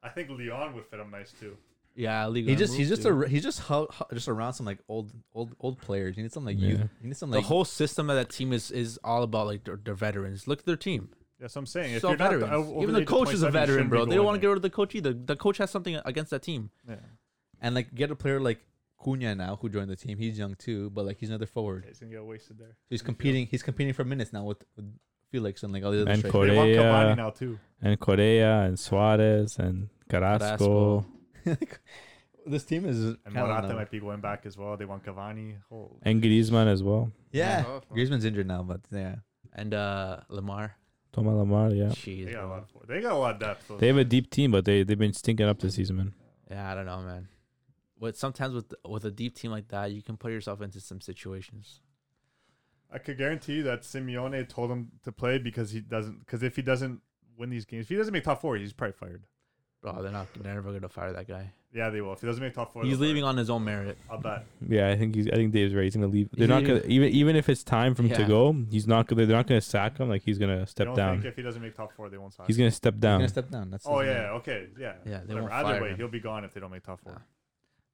I think Leon would fit him nice too. Yeah, Liga. He just he's move, just dude. a he's just hu- hu- just around some like old old old players. You need some like Yeah. youth. You need some like the whole system of that team is is all about like their, their veterans. Look at their team. That's what I'm saying. If So you're not veterans. the- over Even the, the age of coach is a 27, you veteran, shouldn't be bro. They going don't want to there. get rid of the coach either. The coach has something against that team. and like get a player like Cunha now who joined the team. He's young too, but like he's another forward. Yeah, he's gonna get wasted there. He's competing. He's competing for minutes now with, with Felix and like all the other And strikers. Correa. They want Cavani uh, Yeah. now too. And Correa and Suarez and Carrasco. Carrasco. (laughs) This team is And kinda Morata numb. might be going back as well. They want Cavani. Oh, and Griezmann as well. yeah. Oh, oh. Griezmann's injured now, but yeah, and uh, Lamar. Thomas Lamar, yeah. Jeez, they got a lot. bro. Of, forward- they got a lot of depth. so- They have a deep team, but they they've been stinking up this season, man. Yeah, I don't know, man. But sometimes with with a deep team like that, you can put yourself into some situations. I could guarantee that Simeone told him to play because he doesn't. Because if he doesn't win these games, if he doesn't make top four, he's probably fired. Bro, they're not they're never gonna fire that guy. Yeah, they will. If he doesn't make top four, He's they'll leaving on his own merit. Fire. him. I'll bet. Yeah, I think he's. I think Dave's right. He's gonna leave. They're not Yeah. gonna even even if it's time for him to Yeah. go. He's not gonna. They're not gonna sack him. Like he's gonna I step don't down. think if he doesn't make top four, they won't sign. He's him. gonna step down. gonna step down. That's Oh his- yeah. Okay. Yeah. Yeah, they Whatever. won't fire Either way, him. he'll be gone if they don't make top four. Nah.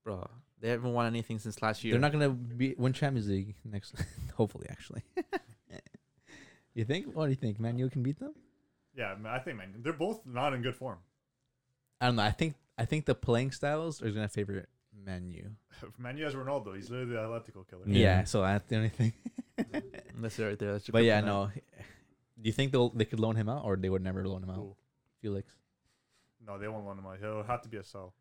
Bro, they haven't won anything since last year. They're not gonna be win Champions League next. (laughs) hopefully, actually. (laughs) you think? What do you think? Man, you can beat them? Yeah, man, I think man, they're both not in good form. (laughs) I don't know. I think I think the playing styles are gonna favor Menu. Manu has Ronaldo. He's literally the Atletico killer. Yeah. Yeah. so that's the only thing. (laughs) That's it right there. That's your but yeah, kryptonite. no. Do you think they'll they could loan him out, or they would never loan him out, Ooh. Felix? No, they won't loan him out. He'll have to be a sell.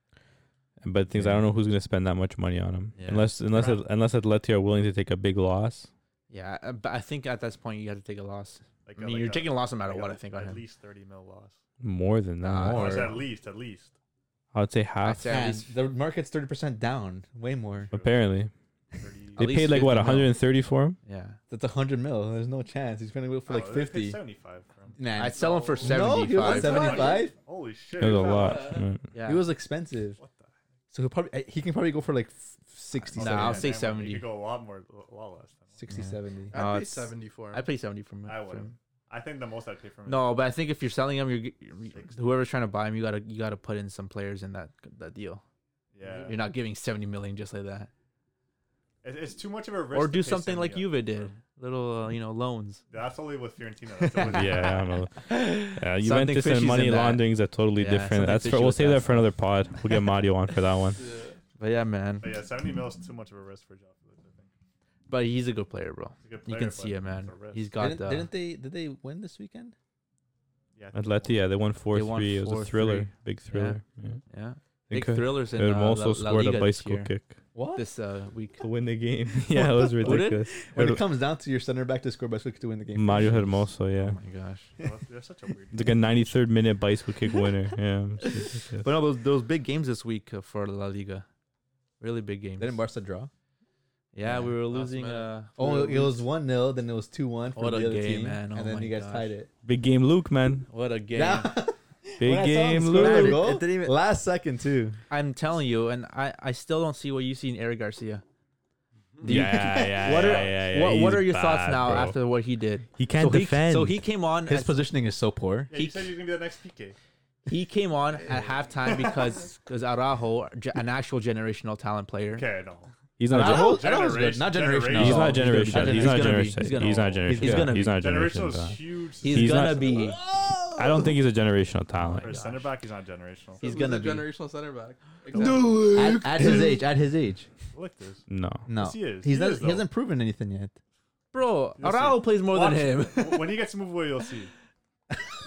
But things I don't know who's gonna spend that much money on him. Yeah. Unless unless Right. unless Atleti are willing to take a big loss. Yeah, I- but I think at this point you have to take a loss. Like, I a- mean, like you're a- taking a loss no matter like what. a- I think on at him. least thirty mil loss. More than that. Nah, Or Or- is at least, at least. I would say half. I'd say at Man, least- the market's thirty percent down, way more. Apparently, 30, they At least paid like what 50 mil. 130 for him. Yeah, That's hundred mil. There's no chance he's gonna go for No, like Oh, they paid fifty. Seventy-five. for him. Man, I'd sell him for No, he was seventy-five. at seventy-five. Holy shit! It was a is that- lot. Mm. man. yeah, He was expensive. What the? So he'll probably he can probably go for like f- 60, Nah, Okay, I'll yeah, say never mind. You 70. could go a lot more, a lot less. Than 60 Yeah. 70. No, I'd pay it's- 70 for him. I play seventy from. I from- wouldn't. I think the most I'd pay for him. No, but I think if you're selling him, you're, g- you're Six. whoever's trying to buy him, you gotta you gotta put in some players in that that deal. is, yeah, You're not giving seventy million just like that, It- it's too much of a risk. or to do pay something like 70 up. Juve did, little uh, you know loans. That's only with Fiorentina. That's (laughs) the only- (laughs) yeah, I don't know. Yeah, Juventus fishy's and in money that. laundering is a totally Yeah, different. something That's for, fishy we'll with save that. that for another pod. We'll get Mario on for that (laughs) one. But yeah, man. But yeah, seventy mil is too much of a risk for Joe. Felix, I think. But he's a good player, bro. He's a good You player, can but see it, it's man. a risk. He's got Didn't, the. didn't they did they win this weekend? Yeah, I think he Atleti, will. yeah, they won four They won three. It was a 4-3. thriller, big thriller. Yeah. yeah, They big could- thrillers in They uh, also La, La scored Liga a bicycle this, year, kick What? this uh, week. to win the game. (laughs) yeah, it was Would it? ridiculous. when it comes down to your center back to score best week to win the game. Mario (laughs) Hermoso, Oh yeah. my gosh. Well, that's- (laughs) They're such a (laughs) weird. It's like a 93rd minute bicycle (laughs) kick winner. Yeah. it's ridiculous. But no, those those big games this week uh, for La Liga, really big games. Didn't Barca draw? yeah, we Yeah, were last losing. minute. Uh, Oh, we it were- was 1 0, then it was 2 1 for What the a other game, team. man. Oh and then my you guys gosh. tied it. Big game, Luke, man. what a game! Now- when Big I saw him game, score that Luke. goal, It didn't even- Last second, too. I'm telling you, and I, I still don't see what you see in Eric Garcia. Do you- Yeah, yeah, what are yeah, yeah, yeah. what, what He's are your bad, thoughts now bro. after what he did? He can't so defend. He, so he came on. His at- positioning is so poor. Yeah, you He- said you're gonna be the next PK. he came on at halftime because (laughs) because Araujo, ge- an actual generational talent player, Okay, no. he's not. I gen- hope- I hope it's good. Not Generation. generational. He's No, not he's gonna generation. be- he's He's not gonna be- generation. he's gonna He's not be- he's generation. gonna He's Generational not generation. is talent. huge. he's, He's gonna Oh not- be. I don't think he's a generational talent. for a center back. He's not generational. He's Who's gonna a be. generational center back. At, at his age, at his age. Look this. No. No. Yes, he is. He's He not, is, he hasn't proven anything yet. Bro, You'll see. Araujo plays more Watch- than him. w- when he gets to move away, you'll see.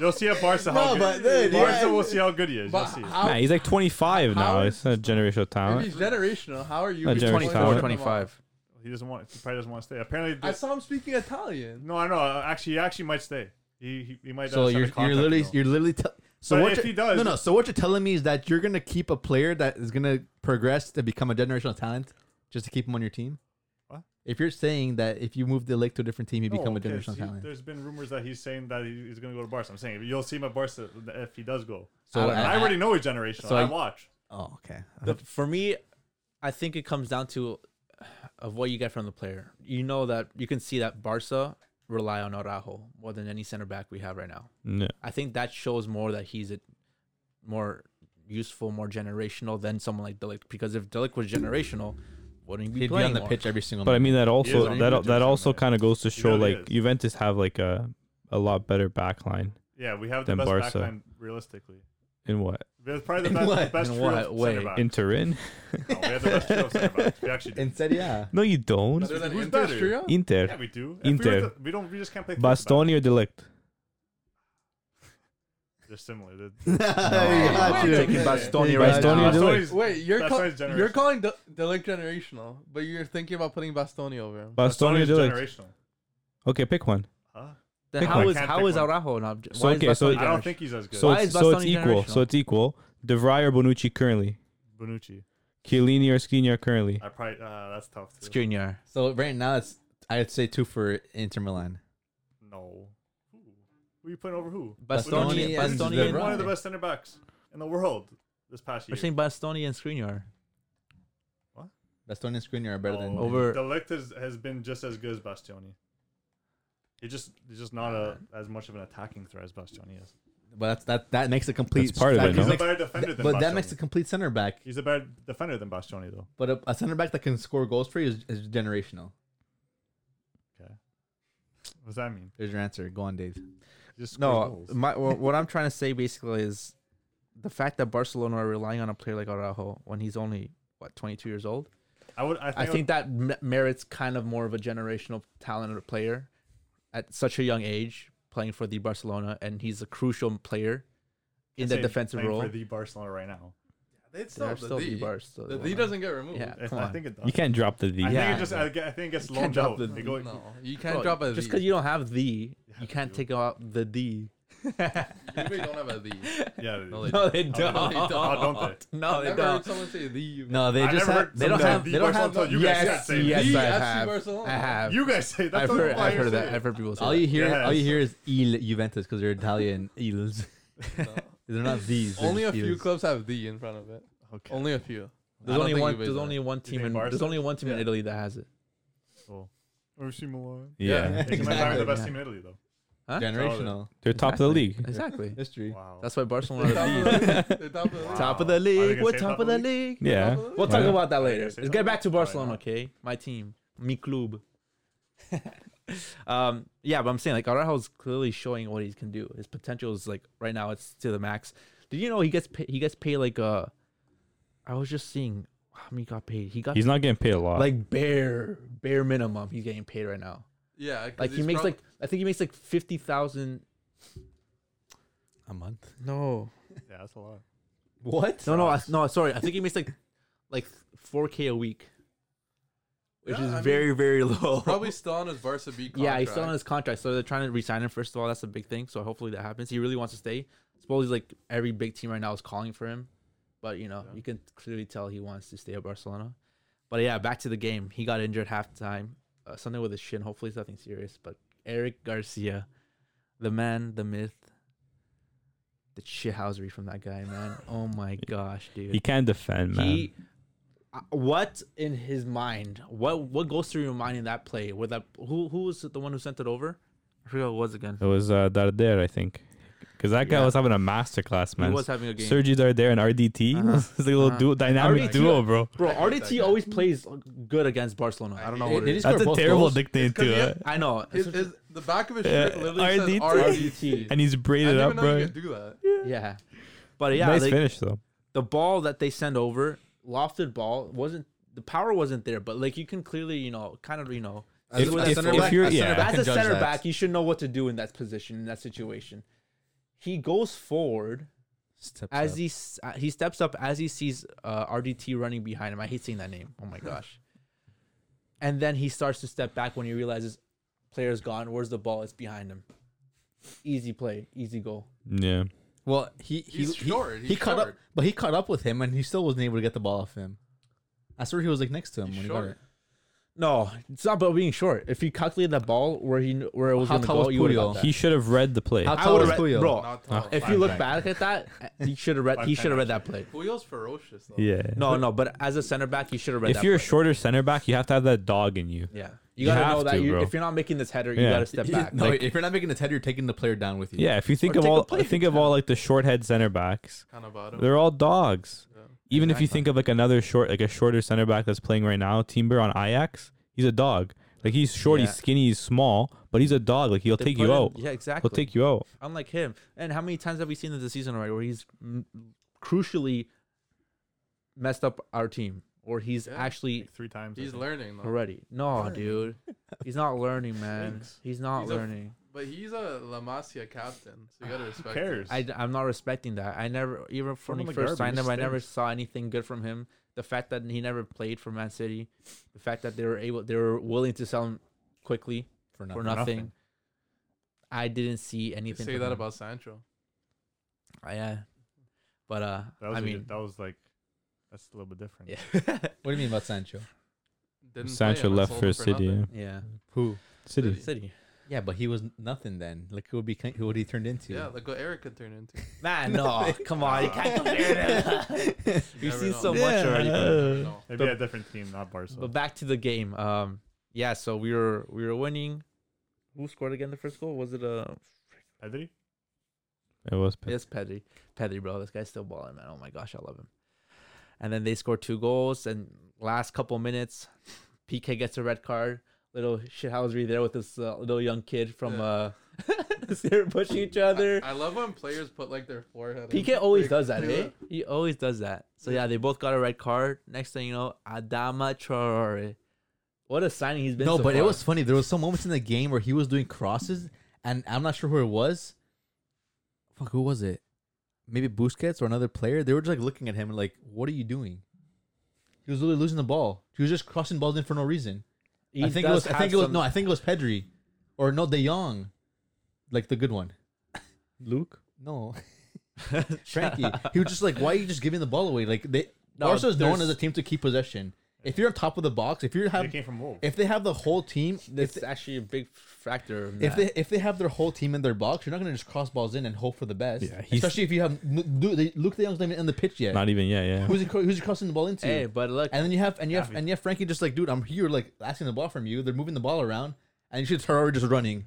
You'll see at Barca how No, good. but dude, Barca yeah. will see how good he is. But You'll see. how, Nah, he's like 25 now. Howard- It's not generational if talent. he's generational, how are you? Not even generational. pointing him 24, Twenty-four, out? 25. He doesn't want. He probably doesn't want to stay. Apparently, I the- saw him speaking Italian. no, I know. uh, Actually, he actually might stay. He he, he might. uh, So sign a you're, you're contract, literally though. you're literally te- so But what if you're- he does- no no so what you're telling me is that you're gonna keep a player that is gonna progress to become a generational talent just to keep him on your team. What? If you're saying that if you move the lake to a different team, you No, become a oh, okay, generational see, talent. There's been rumors that he's saying that he- he's going to go to Barca. I'm saying you'll see him at Barca if he does go. So I- And I, I- already know he's generational. so I, I- watch. oh okay. The- for me, I think it comes down to uh, of what you get from the player. You know that you can see that Barca rely on Araujo more than any center back we have right now. No. I think that shows more that he's a more useful, more generational than someone like Delic. Because if Delic was generational, wouldn't he be He'd be playing on the more? pitch every single. But I minute. mean that is also on that Juventus that right also now. kind of goes to show really like is. Juventus have like a a lot better backline Yeah, we have the Then best Barca. backline realistically. in what We have probably the In best, what? best In trio what of way? center backs. in Turin? No, we have the best trio of center (laughs) backs. We actually do. in (laughs) Serie (laughs) A. No, you don't. Better than Who's Inter's better? trio? Inter, yeah, we do. If Inter. We, were to- we don't. We just can't play. three center Bastoni or Delict? backs. They're similar. They're, Got you. taking Bastoni Hey, right Bastoni, now. do it. Bastoni's- Wait, you're That's call- why it's you're generational. calling De- Delic generational, but you're thinking about putting Bastoni over him. Bastoni Bastoni's or Delic? generational. Okay, pick one. Huh? Then Pick how one. is Can't how pick is one. Araujo not? So, why is okay, so- Bastoni But I don't generational? think he's as good. So Why it's, is so it's Bastoni equal. So generational? it's equal. DeVry or Bonucci currently. Bonucci. Chiellini or Skriniar currently. I probably uh, that's tough too. Skriniar. So right now it's I'd say two for Inter Milan. No. Who? Who are you putting over who? Bastoni, Bastoni and Bastoni, He's and one of the We're best center backs in the world this past year. saying Bastoni and Skriniar. Bastoni and Skriniar are better than No, Over- Oh, Delict has, has been just as good as Bastioni. He's just he's just not a, as much of an attacking threat as Bastioni is. But that's, that that makes a complete. That's part of that it, He's no? a makes- better defender than but Bastioni. that makes a complete center back. he's a better defender than Bastioni though. But a, a center back that can score goals for you is, is generational. What does that mean? There's your answer. Go on, Dave. Just No, scores goals. my, wha- what I'm trying to say basically is the fact that Barcelona are relying on a player like Araujo when he's only what 22 years old. I would I think, I think that m- merits kind of more of a generational talented player at such a young age playing for the Barcelona, and he's a crucial player in the that defensive role. for the Barcelona right now. It's They're still the D. Bars, so The why D not? doesn't get removed. Yeah, If- come I on. think it does. You can't drop the D. I think Yeah. it just I, get- I think it gets You can't loaned drop out. the- They go- No, you can't Well, drop a just D. because you don't have the, you have can't to. take out the D. Usually don't have a D. Yeah, they No, do. (laughs) they No, (laughs) they don't. don't. Oh, don't No, I they never heard don't. someone say the. No, they I just never have, heard they don't someone have say they the don't Barcelona have. until you guys yes, said it. yes, The I FC have. Barcelona. I have. You guys (laughs) say that's I've what the heard. I've heard players of that. say. I've heard people say. All that. you hear, all you Yes. hear is Il Juventus because they're Italian Ils. they're not these. they're Only a just few Ils. clubs have the in front of it. Okay. Only a few. I There's don't only think one. Juve's There's done only it. one team think in. Barca? There's only one team in Yeah. Italy that has it. Cool. AC Milan. Yeah. AC Milan are the Exactly, best yeah. team in Italy though. Huh? Generational They're top of the Exactly. league. Exactly. history. Wow. That's why Barcelona They're are the top of the league. They're top of the Wow. league. top of Are the they league. gonna We're say top of the league. Yeah. Top of the We'll league. talk Why not? about that Why later. not? Let's get back to Why Barcelona, not? okay? My team, mi club. (laughs) um, yeah, but I'm saying like Araujo's clearly showing what he can do. His potential is like right now it's to the max. Did you know he gets pay, he gets paid like uh I was just seeing how many got paid. He got He's not getting paid a lot. like bare bare minimum he's getting paid right now. Yeah, 'cause Like he he's makes from- like I think he makes like fifty thousand. A month. No, Yeah, that's a lot. What? no, no, I, no. Sorry, I think he makes like like four k a week, which Yeah, is I mean, very very low. probably still on his Barca B contract. Yeah, he's still on his contract, so they're trying to resign him. First of all, that's a big thing. So hopefully that happens. He really wants to stay. Suppose like every big team right now is calling for him, but you know Yeah. you can clearly tell he wants to stay at Barcelona. But yeah, back to the game. He got injured halftime, uh, something with his shin. Hopefully it's nothing serious. But Eric Garcia, the man, the myth, the shithousery from that guy, man. Oh my gosh, dude. he can't defend, man. He, uh, what in his mind? What what goes through your mind in that play? Where that who who was the one who sent it over? I forgot who it was again. it was uh, Darder, I think. Because that guy Yeah. was having a masterclass, man. He was having a game. Sergi Darder and (laughs) RDT. Uh-huh. It's like a little Uh-huh. duo, dynamic RDT. duo, bro. Bro, I hate that RDT guy. always plays good against Barcelona. I don't know. They- What they it is. scored That's a both terrible goals. nickname, It's 'cause too. he eh? I know. His, It's- his, the back of his Yeah, shirt literally RDT. says RDT. And he's I didn't braided up, even know bro. you could do that. yeah, but yeah, nice like, finish, though. the ball that they send over, lofted ball, wasn't the power wasn't there. But like you can clearly, you know, kind of, you know, If- with a if- center if back- you're- a center yeah. back- I as can a judge center that. back, you should know what to do in that position, in that situation. He goes forward. Steps as up. he s- uh, he steps up as he sees uh, RDT running behind him. I hate seeing that name. (laughs) Oh my gosh. And then he starts to step back when he realizes player's gone. Where's the ball? It's behind him. Easy play, easy goal. Yeah. Well, he he He's he, short, he he's caught up, short. but he caught up with him, and he still wasn't able to get the ball off him. I swear he was like next to him He's when he got short. it. No, it's not about being short. If he calculated that ball where he kn- where it was How going to tall go, was you would have Puyol? that. He should have read the play. How I tall would've was read- Puyol? bro. Not tall. If you look back at (laughs) that, uh, he should have read. He should have read that play. Puyol's ferocious though. yeah. No, no, but as a center back, you should have read. If that you're a play. shorter center back, you have to have that dog in you. yeah, you you gotta have know that to, you, bro. if you're not making this header, you Yeah. (laughs) gotta step back. no, Like, if you're not making this head, you're taking the player down with you. Yeah, if you think Or of take a all, play. think of all like the short head center backs. Kind of bottom. They're all dogs. Yeah. Even if you Exactly. think of like another short, like a shorter center back that's playing right now, Timber on Ajax, he's a dog. Like he's short, Yeah. he's skinny, he's small, but he's a dog. Like he'll they take put you in- out. Yeah, exactly. He'll take you out. unlike him. And how many times have we seen this this season already where he's mm, crucially messed up our team? or he's Yeah. actually like three times. I He's think. learning though. already. No, (laughs) dude, he's not learning, man. Thanks. He's not He's a- learning. But he's a La Masia captain, so you gotta respect. Who it. cares? I d- I'm not respecting that. I never even him from when the he first garbage, signed he him, I never stinks. saw anything good from him. The fact that he never played for Man City, the fact that they were able, they were willing to sell him quickly for for nothing. nothing. nothing. I didn't see You anything. say from that him. about Sancho. Uh, yeah, but uh, that was I a- mean, that was like that's a little bit different. (laughs) (laughs) yeah, What do you mean about Sancho? Didn't play Sancho him and left sold for him City. nothing. Yeah. yeah, Who? City. City. Yeah, but he was nothing then. Like who would be who would he turned into? Yeah, like what Eric could turn into. Man, no, come (laughs) on, Oh, you can't (laughs) compare them. You've never seen know. so much already. You know. Maybe But- a different team, not Barca. But back to the game. Um, yeah. So we were we were winning. Who scored again the first goal? Was it uh, a Pedri? It was. Pe- Yes, Pedri. Pedri, bro. This guy's still balling, man. Oh my gosh, I love him. And then they score two goals. And last couple minutes, PK gets a red card. Little shithousery there with this uh, little young kid from. Yeah. uh (laughs) They're pushing each other. I, I love when players put like their forehead. in. PK always Like, does that, yeah. eh? He always does that. So yeah, they both got a red card. Next thing you know, Adama Traore. What a signing he's been. no, so but it far. was funny. There was some moments in the game where he was doing crosses, and I'm not sure who it was. Fuck, who was it? Maybe Busquets or another player. They were just like looking at him and like, "What are you doing?" He was literally losing the ball. He was just crossing balls in for no reason. He I think it does was. I have think it was some- no. I think it was Pedri, or no De Jong, like the good one. Luke. (laughs) No, Frankie. He was just like, "Why are you just giving the ball away?" Like they. No, Barca is known there's- as a team to keep possession. If you're on top of the box, if you They (laughs) have, came from Wolves. if they have the whole team, if It's actually a big factor. in If that. they if they have their whole team in their box, you're not gonna just cross balls in and hope for the best. Yeah, he's- especially if you have Luke, De- Luke De Jong's not even in the pitch yet. Not even. Yeah, yeah. who's he, cro- who's he crossing the ball into? hey, but look, and then you have and you have and you have Frankie just like, dude, I'm here, like asking the ball from you. They're moving the ball around, and you should start already just running.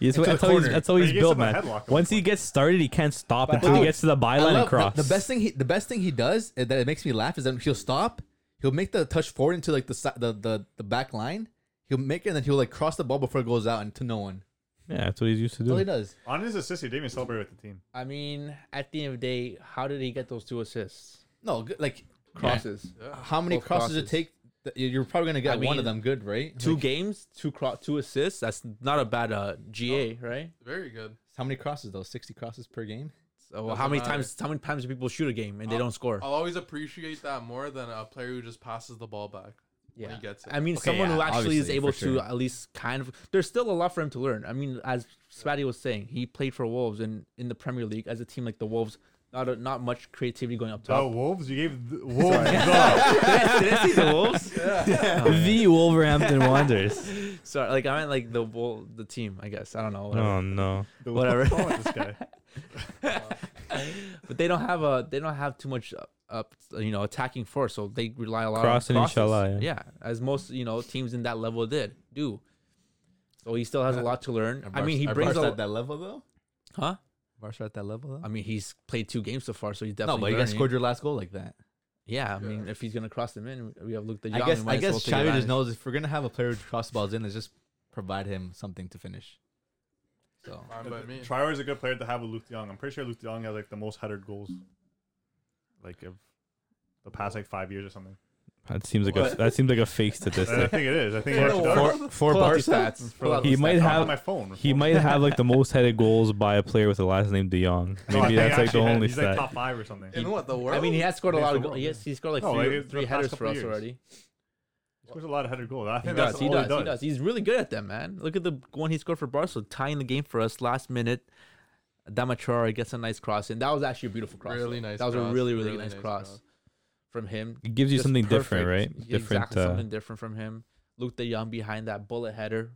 Yes, Into the that's, how he's, corner. that's how But he's he gets built, him a man. headlock at Once one he point. gets started, he can't stop until how- he gets to the I byline and love- cross. The, the best thing he the best thing he does is that it makes me laugh is that he'll stop, he'll make the touch forward into like the si- the the, the back line. He'll make it and then he'll like cross the ball before it goes out and to no one. Yeah, that's what he's used to That's all he do. does. On his assist, he didn't even celebrate with the team. I mean, at the end of the day, how did he get those two assists? No, good- like Crosses. how many Both crosses, it crosses. take? that- You're probably gonna get I one mean, of them good, right? Two Like, games, two cro- two assists. That's not a bad uh, GA, right? Very good. how many crosses though? Sixty crosses per game. So Doesn't how many matter. times how many times do people shoot a game and they I'll- don't score? I'll always appreciate that more than a player who just passes the ball back when he gets it. I mean, Okay, someone yeah, who actually is obviously, able for to sure. at least kind of. There's still a lot for him to learn. I mean, as Spatty was saying, he played for Wolves and in the Premier League as a team like the Wolves. Not a, not much creativity going up The top. Wolves? You gave the Wolves the. did, Oh. I, did I see (laughs) the Wolves? (laughs) The Wolverhampton Wanderers. (laughs) Sorry, like I meant like the Wol- the team. I guess I don't know. whatever. Oh no. the (laughs) Whatever. What's wrong with this guy? but they don't have a they don't have too much up, up you know attacking force, so they rely a lot Crossing on and crosses. Salah, yeah. as most you know teams in that level did do. So he still has a lot to learn. I mean, he brings a at that level though. huh? Barca at that level I mean, he's played two games so far, so he's No, definitely. but you guys learning. scored your last goal like that. Yeah, I mean, if he's gonna cross them in, we have Luke De Jong. I guess we might I as guess well take Xavi advantage. just knows if we're gonna have a player who cross balls in, is just provide him something to finish. So Fine by me. Traore is a good player to have with Luke De Jong. I'm pretty sure Luke De Jong has like the most headed goals, like of the past like five years or something. That seems like a What? that seems like a fake And I (laughs) statistic. think it is. I think For- it actually does. for for pull out the Barca, stats. Pull out He the might stats. I have- on my phone. he might have like the most headed goals by a player with the last name De Jong. No, I think Maybe that's like the actually had- only He's like stat. top five or something. In what the world? I mean, he has scored a He's lot the of goals. world. Yes, he scored like No, three, like, the three past headers couple for us years. already. He scores a lot of headed goals. I He think that's does, he all does, he does. he does. He's really good at that, man. Look at the one he scored for Barca, tying the game for us last minute. Damatrari gets a nice cross in. That was actually a beautiful cross. Really though. nice That was a cross, really, really, really nice, nice cross, cross. from him. It gives you Just something different, right? perfect. Yeah, Different. Exactly, uh, something different from him. Luke De Jong behind that bullet header.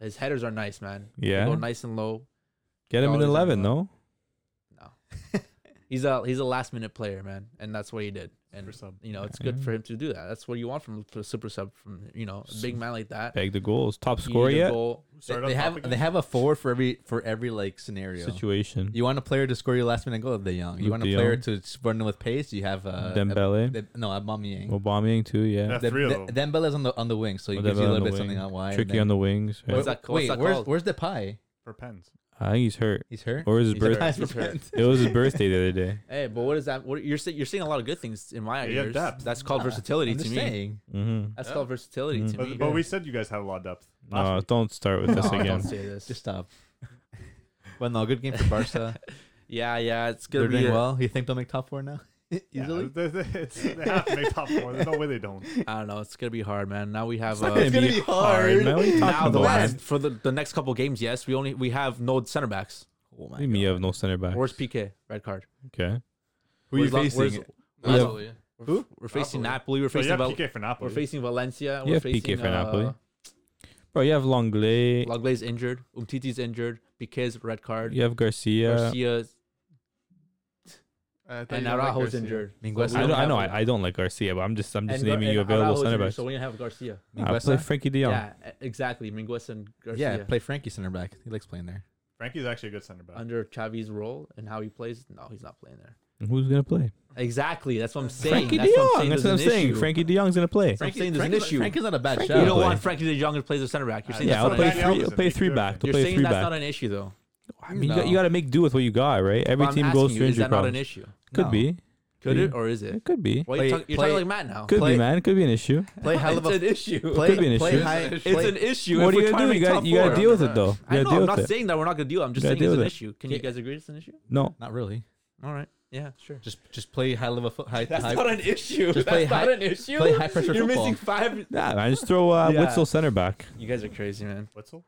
His headers are nice, man. They yeah. go nice and low. Get him in dollars on eleven, the- no? He's a he's a last minute player, man, and that's what he did. And Super sub. you know, it's good for him to do that. That's what you want from a super sub, from you know, a big man like that. Beg the goals. Top You scorer need a yet? goal. They, Start on they top have again. they have a forward for every for every like scenario. Situation. You want a player to score your last minute goal of De Jong. You Luke want a De player Jong. to s- run with pace. You have uh, Dembele. Ab- no, Aubameyang. Aubameyang too. Yeah. Yeah. Three of Dem- Dembele's on the on the wing, so he Well, gives you a Dembele on little the bit something wing. out wide. and Tricky then- on the wings. What's Yeah. that- what's that where's called? where's the pie? for pens. I think he's hurt. He's hurt. Or is his He's birth- hurt. He's (laughs) hurt. It was his birthday the other day. Hey, but what is that? What you're saying? You're saying a lot of good things in my Yeah, you have ears. depth. That's called Nah, versatility I'm to just me. saying. Mm-hmm. That's Yeah. called versatility to But, me. but we said you guys had a lot of depth. last No, week. don't start with this Oh, again. Don't say this. Just (laughs) stop. but no, good game for Barca. yeah, yeah, it's They're gonna be. doing a- well. You think they'll make top four now? (laughs) Yeah, Easily. (laughs) they, they- it's- they have to make top four. There's no way they don't. I don't know. It's gonna be hard, man. Now we have. not Uh, gonna be hard. man. What are you now talking the about? man? last for the, the next couple games. Yes, we only we have no center backs. Oh What my do you mean you have no center back? Where's PK? Red card. Okay. Who are you Where's Lo- where's- facing? Yeah. Absolutely. Who? We're facing Napoli. We're So you facing have Val- PK for we're Napoli. facing Valencia. You we're have facing, PK for uh, Napoli. Bro, you have Longley. Lagle's injured. Umtiti's injured. Piquet's red card. You have Garcia. Garcia's I thought and you meant Araujo's Garcia. injured. Mingueza. We I, don't don't, I have know him. I, I don't like Garcia, but I'm just I'm just And Gar- naming you and available Araujo's center injured, backs. So we didn't have Garcia. I play Mingueza? Frankie De Jong. Yeah, e- exactly. Minguez and Garcia. Yeah, play Frankie center back. He likes playing there. Frankie's actually a good center back. Under Chavi's role and how he plays, no, he's not playing there. Who's gonna play? Exactly. That's what I'm saying. Frankie that's De What I'm Jong. saying. That's what I'm there's an saying. issue. Frankie De Jong's gonna play. That's what I'm saying. There's an Frankie's- issue. Frankie's not a bad Frankie- shot. you don't play. want Frankie De Jong to play as a center back. You're saying Yeah, I'll that's play not an issue. three. I'll play three back. I'll You're play saying three that's not back. an issue though. I mean, you No. got, you got to make do with what you got, right? Every But I'm team goes asking through you, Is injury that not an problems. issue? Could No. be. Could Yeah. it or is it? It could be. Well, Play- you're, talk- you're play- talking like Matt now. Could Play- be, man. It could be an (laughs) issue. Play hell it's of a an issue. play, Could be an play issue. high. It's it's play- an issue. what if are we're you gonna trying do? to You make got top you got to four. deal with it though. I You know. got to I'm deal not with it. saying that we're not gonna deal. I'm just You gotta saying it's deal an with issue. Can you guys agree it's an issue? No, Not really. All right. Yeah. Sure. Just just play high level. fo- High, That's high, not an issue. Just That's play not high- an issue. play high pressure You're missing football. five. nah, man. Just throw uh, Yeah. Witzel center back. You guys are crazy, man. Witzel?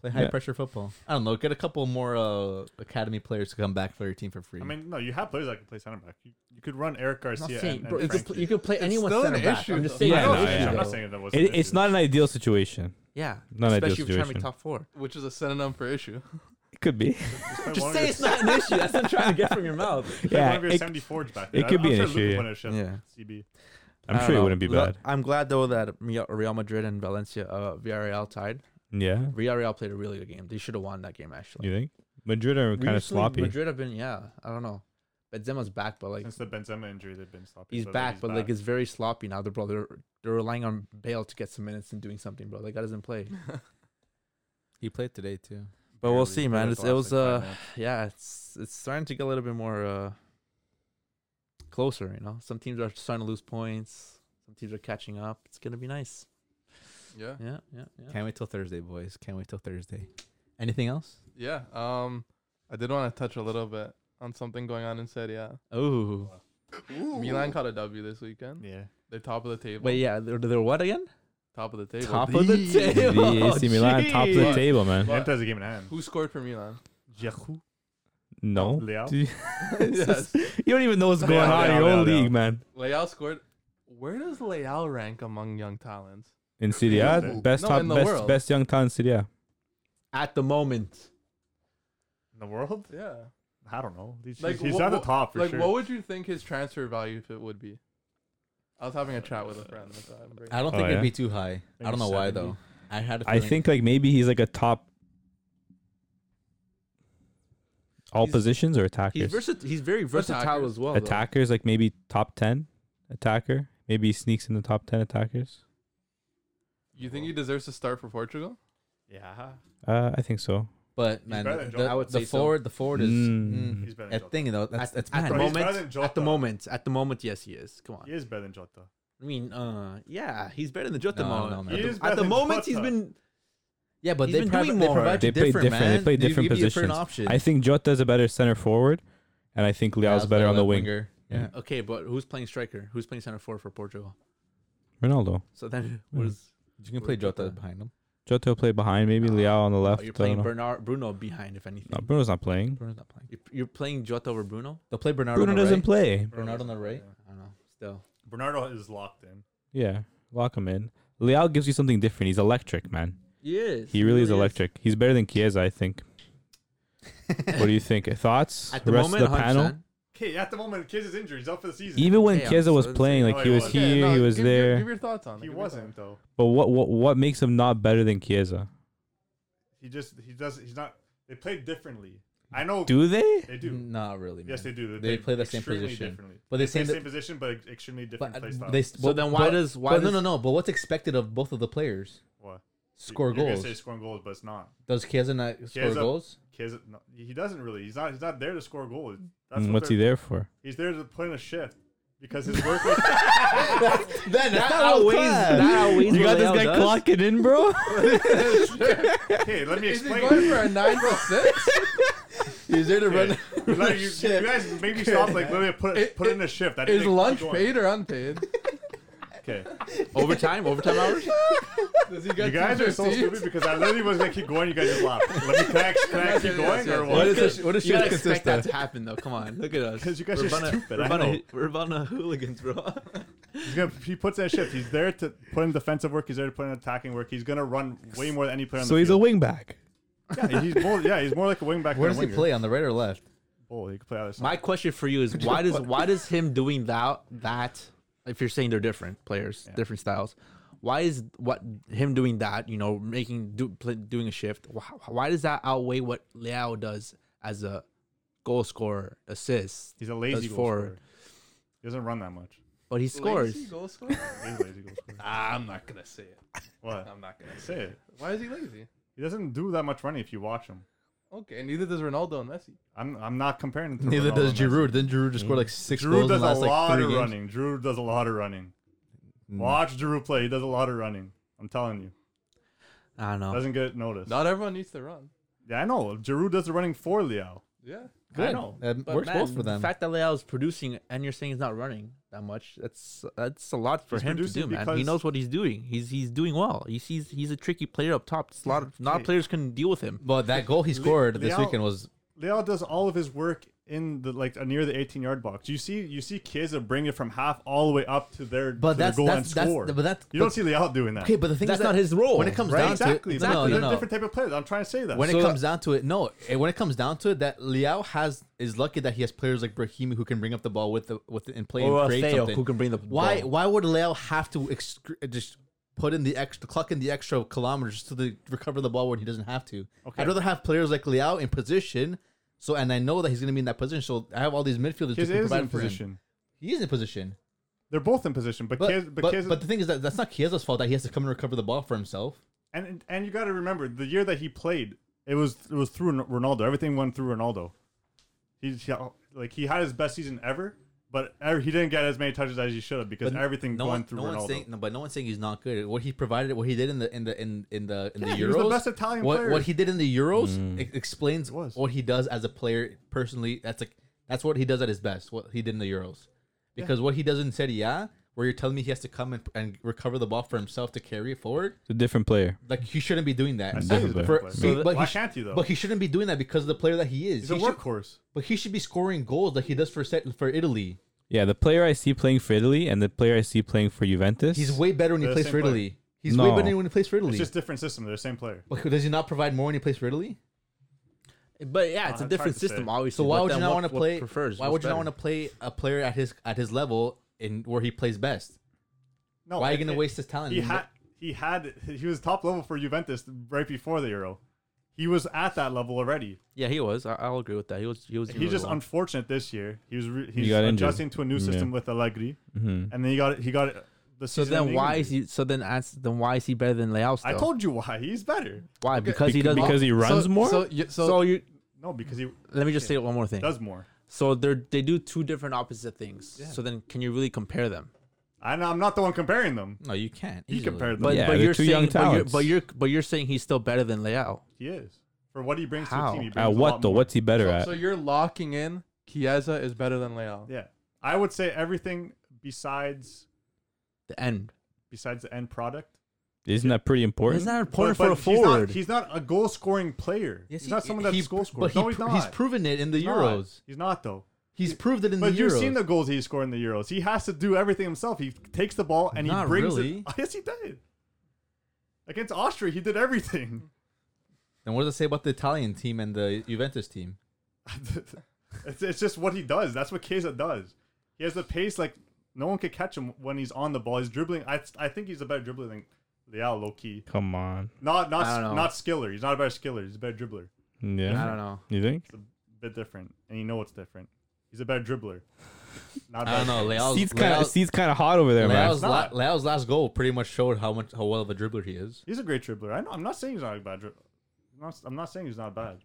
play high Yeah. pressure football. I don't know. Get a couple more uh, academy players to come back for your team for free. I mean, no, you have players that can play center back. You, you could run Eric I'm Garcia. not saying- and, and bro, you, could, Frankie. you could play anyone still an center back. issue, I'm just though. saying. I Yeah, it's know, an no, issue, I'm not though. saying that was. It, it's not an ideal situation. Yeah. Not an ideal Especially if you're trying to situation. be top four. Which is a synonym for issue. (laughs) It could be. Just say it's not an issue. That's what I'm trying to get from your mouth. Yeah, one Yeah, of your it- 74 back it there. could I'm be an sure issue, Luke yeah. wouldn't have shoved Yeah. CB. (laughs) I'm I sure it don't wouldn't be know. Lo- bad. I'm glad though that Mia- Real Madrid and Valencia, uh, Villarreal tied. Yeah, Villarreal played a really good game. They should have won that game actually. you think Madrid are kind of Recently, sloppy? Madrid have been, yeah. I don't know. Benzema's back, but like Since the Benzema injury, they've been sloppy. he's so that back, but like back. it's very sloppy now. They're bro, they're they're relying on Bale to get some minutes and doing something, bro. That guy doesn't (sighs) play. he played today too. But we'll Barely see, man. played It's, the it last, was like, uh, five minutes. yeah, it's it's starting to get a little bit more uh, closer. You know, some teams are starting to lose points. Some teams are catching up. It's gonna be nice. Yeah. Yeah, yeah, yeah. Can't wait till Thursday, boys. Can't wait till Thursday. Anything else? Yeah. Um, I did want to touch a little bit on something going on in Serie A. Oh, Milan caught a W this weekend. yeah. They're top of the table. wait, yeah. They're, they're what again? Top of the table. Top of the (laughs) table. The AC Milan top of the jeez. table, man. But- Inter has a game in hand. Who scored for Milan? Jehu? No, (laughs) Leao? Do you yes. (laughs) you don't even know what's going on in your Leao, own Leao, Leao. league, man. Leal scored. Where does Leal rank among young talents? In Serie A, No, best top, in the best, world. best young talent in Serie A. At the moment, In the world? Yeah. I don't know. He's, Like, he's what- at the what- top for like, sure. what would you think his transfer value if it would be? I was having a chat with a friend. That's why I'm bringing- I don't Oh, think yeah? it'd be too high. I don't know why 70. though. I had. A I feeling- think like maybe he's like a top. All He's- positions or he's attackers? versa- He's very versatile Attacker. as well. though. attackers like maybe top ten attacker. Maybe he sneaks in the top ten attackers. You think he deserves to start for Portugal? yeah. Uh, I think so. But man, better than the, Joe. I would the say so. forward, the forward is Mm. mm, He's better than that Jota. thing though. That's that's At the Bro, he's better mad. moment, than at the Jota. moment, at the moment, yes, he is. Come on. He is better than Jota. I mean, uh, yeah, he's better than Jota. No, Mo- no, man. He at is the, at better the than moment, he's Jota. been Yeah, but He's they, been provi- doing they more. provide you They play different, different- they man. play give different you a different positions. option. I think Jota is a better center forward, and I think Leal's better on the wing. Yeah. okay, but who's playing striker? Who's playing center forward for Portugal? Ronaldo. So then, Hmm. what is? You can play Jota. Jota behind him. Jota will play behind. Maybe Uh, Leao on the left. Oh, I you're don't playing know. Bernard Bruno behind, if anything. No, Bruno's not playing. Bruno's not playing. You're, you're playing Jota over Bruno. They'll play Bernardo. Bruno on the doesn't right. play. Bernardo on the right. I don't know. Still, Bernardo is locked in. Yeah, lock him in. Leao gives you something different. He's electric, man. yes, He really is (laughs) electric. He's better than Chiesa, I think. what do you think? Thoughts? At the Rest moment, of the panel. 100%. Okay, at the moment, Kids is injured. He's out for the season. Even when Yeah, Chiesa was so it's- playing, like No, he he was wasn't. here, Oh, no, he was give Your, there. give your thoughts on it. he Give your (laughs) wasn't thoughts. though. but what what what makes him not better than Chiesa? He just he does he's not. They play differently. I know Do they? they do. Not really. Yes, man. they do. They play the same extremely position. differently. But they say Same, that- same position, but ex- extremely different But uh, play style. they. So then, why does why no does- no no? But what's expected of both of the players? What? score You're gonna goals. say scoring goals, but it's not. Does Chiesa not score (laughs) Chiesa- goals? Kiz, no, he doesn't really. He's not. He's not there to score goals. That's And what Mm, what's he they're- there for? He's there to put in a shift because his work. rate- That, that outweighs- that outweighs You what got this Leao guy does? clocking in, (laughs) bro. okay, let me Is he explain. going for a nine plus six? He's there to run. Okay. Like, you, you guys maybe stop like literally put It- put it- in a shift. That Is lunch paid or unpaid? Okay, Overtime, overtime hours. (laughs) Does he you get guys two are so receipts? stupid because I literally was gonna keep going. You guys just laughed. Let me can I, can I keep Yes, yes, going or yes. what? What is this? What is You she gotta expect consist that of? to happen though. Come on, look at (laughs) us. 'Cause you guys are Urbana- stupid, I Urbana- know. Urbana hooligans, bro. (laughs) He's gonna, he puts in a shift. He's there to put in defensive work. He's there to put in attacking work. He's gonna run way more than any player on so the he's a field. wing back. yeah, he's more, yeah, he's more like a wing back. Where than does a he winger. play? On the right or left? Oh, he could play either side. My question for you is why does why does him doing that that if you're saying they're different players, different styles, why is what him doing that you know making do, play, doing a shift? Why, why does that outweigh what Leao does as a goal scorer, assist? He's a lazy That's goal forward. scorer. He doesn't run that much. But he scores. Lazy goal scorer? He's a lazy goal (laughs) scorer. Ah, I'm not gonna say it. What? I'm not gonna say. Say it. it. Why is he lazy? He doesn't do that much running if you watch him. Okay, neither does Ronaldo and Messi. I'm I'm not comparing. Him to Neither Ronaldo does and Messi. Giroud. Then Giroud just scored like six Drew goals does in the last a like lot three of games. Mm. running. Drew does a lot of running. Watch Drew play. He does a lot of running. I'm telling you, I don't know. doesn't get noticed. Not everyone needs to run. Yeah, I know. Giroud does the running for Liao. Yeah. I Good. know. That But works man, both for them. The fact that Leao is producing and you're saying he's not running that much, that's that's a lot for He's him to producing do, man. He because- knows what he's doing. He's he's doing well. He sees he's a tricky player up top. It's a lot of, not players can deal with him. but that goal he scored this Leao- weekend was Liao does all of his work in the like near the 18 yard box. You see, you see Kiza bring it from half all the way up to their, But to their that's- goal that's- and that's- score. but that's- you don't but- see Liao doing that. okay. But the thing That's is that not his role. When it comes right? down exactly. to it, exactly. no, They're no, a no. different type of player. I'm trying to say that. when So- it comes down to it, no. eh, When it comes down to it, that Liao has is lucky that he has players like Brahimi who can bring up the ball with the with the, and play Or and create Theo, something. who can bring the why ball. why would Liao have to excre- just put in the extra clock in the extra kilometers to the, recover the ball when he doesn't have to? Okay. I'd rather have players like Liao in position. So and I know that he's going to be in that position. So I have all these midfielders who Kiz can is provide in for him. position. He is in position. They're both in position, but But, Kiz, but, but, but, Kiz, the thing is that that's not Chiesa's fault that he has to come and recover the ball for himself. and and you got to remember the year that he played, it was it was through Ronaldo. Everything went through Ronaldo. He's he- like he had his best season ever, but ev- he didn't get as many touches as he should have because everything no went one, through no Ronaldo. one's saying, no, but no one's saying he's not good. What he provided, what he did in the in the in in the in Yeah, the he Euros, was the best Italian what, player. what he did in the Euros e- explains was. what he does as a player personally. That's like that's what he does at his best. What he did in the Euros, because what he does in Serie A, where you're telling me he has to come and, and recover the ball for himself to carry it forward, It's a different player. like he shouldn't be doing that. I said he's a Different better player. player. For- be- but Why he sh- can't he though? But he shouldn't be doing that because of the player that he is. he's a He should- workhorse. but he should be scoring goals like he does for set, for Italy. Yeah, the player I see playing for Italy and the player I see playing for Juventus. He's way better when he They're the plays same for player. Italy. He's No. way better when he plays for Italy. It's just different system. They're the same player. Like, does he not provide more when he plays for Italy? But yeah, Uh, it's a it's hard different to say. system, obviously. So why but would you then not what- want to what play? Prefers, why would you not want to play a player at his at his level in where he plays best? No, Why are you it- gonna it- waste his talent? He And had he had he was top level for Juventus right before the Euro. He was at that level already. Yeah, he was. I, I'll agree with that. He was. He was. He's just on. unfortunate this year. He was re- he's got injured. adjusting to a new system with Allegri, and then he got he got the So season. then ending why injury. is he? So then as then why is he better than Leao? Still? I told you why he's better. why because he Bec- does because he runs so, more. So, y- so, So you. No, because he Let me just say one more thing. does more. So they're they do two different opposite things. So then can you really compare them? And I'm not the one comparing them. no, you can't. He easily. compared them. But Yeah, but they're you're two saying young but you're, talents. but you're but you're saying he's still better than Leao. He is for what he brings How? to the team. He brings At a what lot though? more. What's he better so, at? so you're locking in Chiesa is better than Leao. Yeah, I would say everything besides The end. besides the end product. Isn't that pretty important? Isn't that important But- for a but he's not- forward? He's not, a goal scoring player. Yes, he's not he- someone that's he- goal scorer. But No, he, he's pr- not. he's proven it in the He's not. Euros. He's not though. He's proved it in But the you've Euros. seen the goals he scored in the Euros. He has to do everything himself. He takes the ball and Not he brings really. it. (laughs) Yes, he did. Against Austria, he did everything. (laughs) Then what does it say about the Italian team and the Juventus team? it's, it's just what he does. That's what Chiesa does. He has the pace like no one could catch him when he's on the ball. He's dribbling. I, I think he's a better dribbler than Leao, low key. Come on. Not I don't know. not not skiller. He's not a better skiller. He's a better dribbler. Yeah. I don't know. You think? (laughs) It's a bit different, and you know it's different. He's a better dribbler. Not I don't know. Leal's, Steve's kind of Steve's kind of hot over there, man. Leal's, la- Leal's last goal pretty much showed how much how well of a dribbler he is. He's a great dribbler. I know. I'm not saying he's not a bad dribbler. I'm not, I'm not saying he's not bad.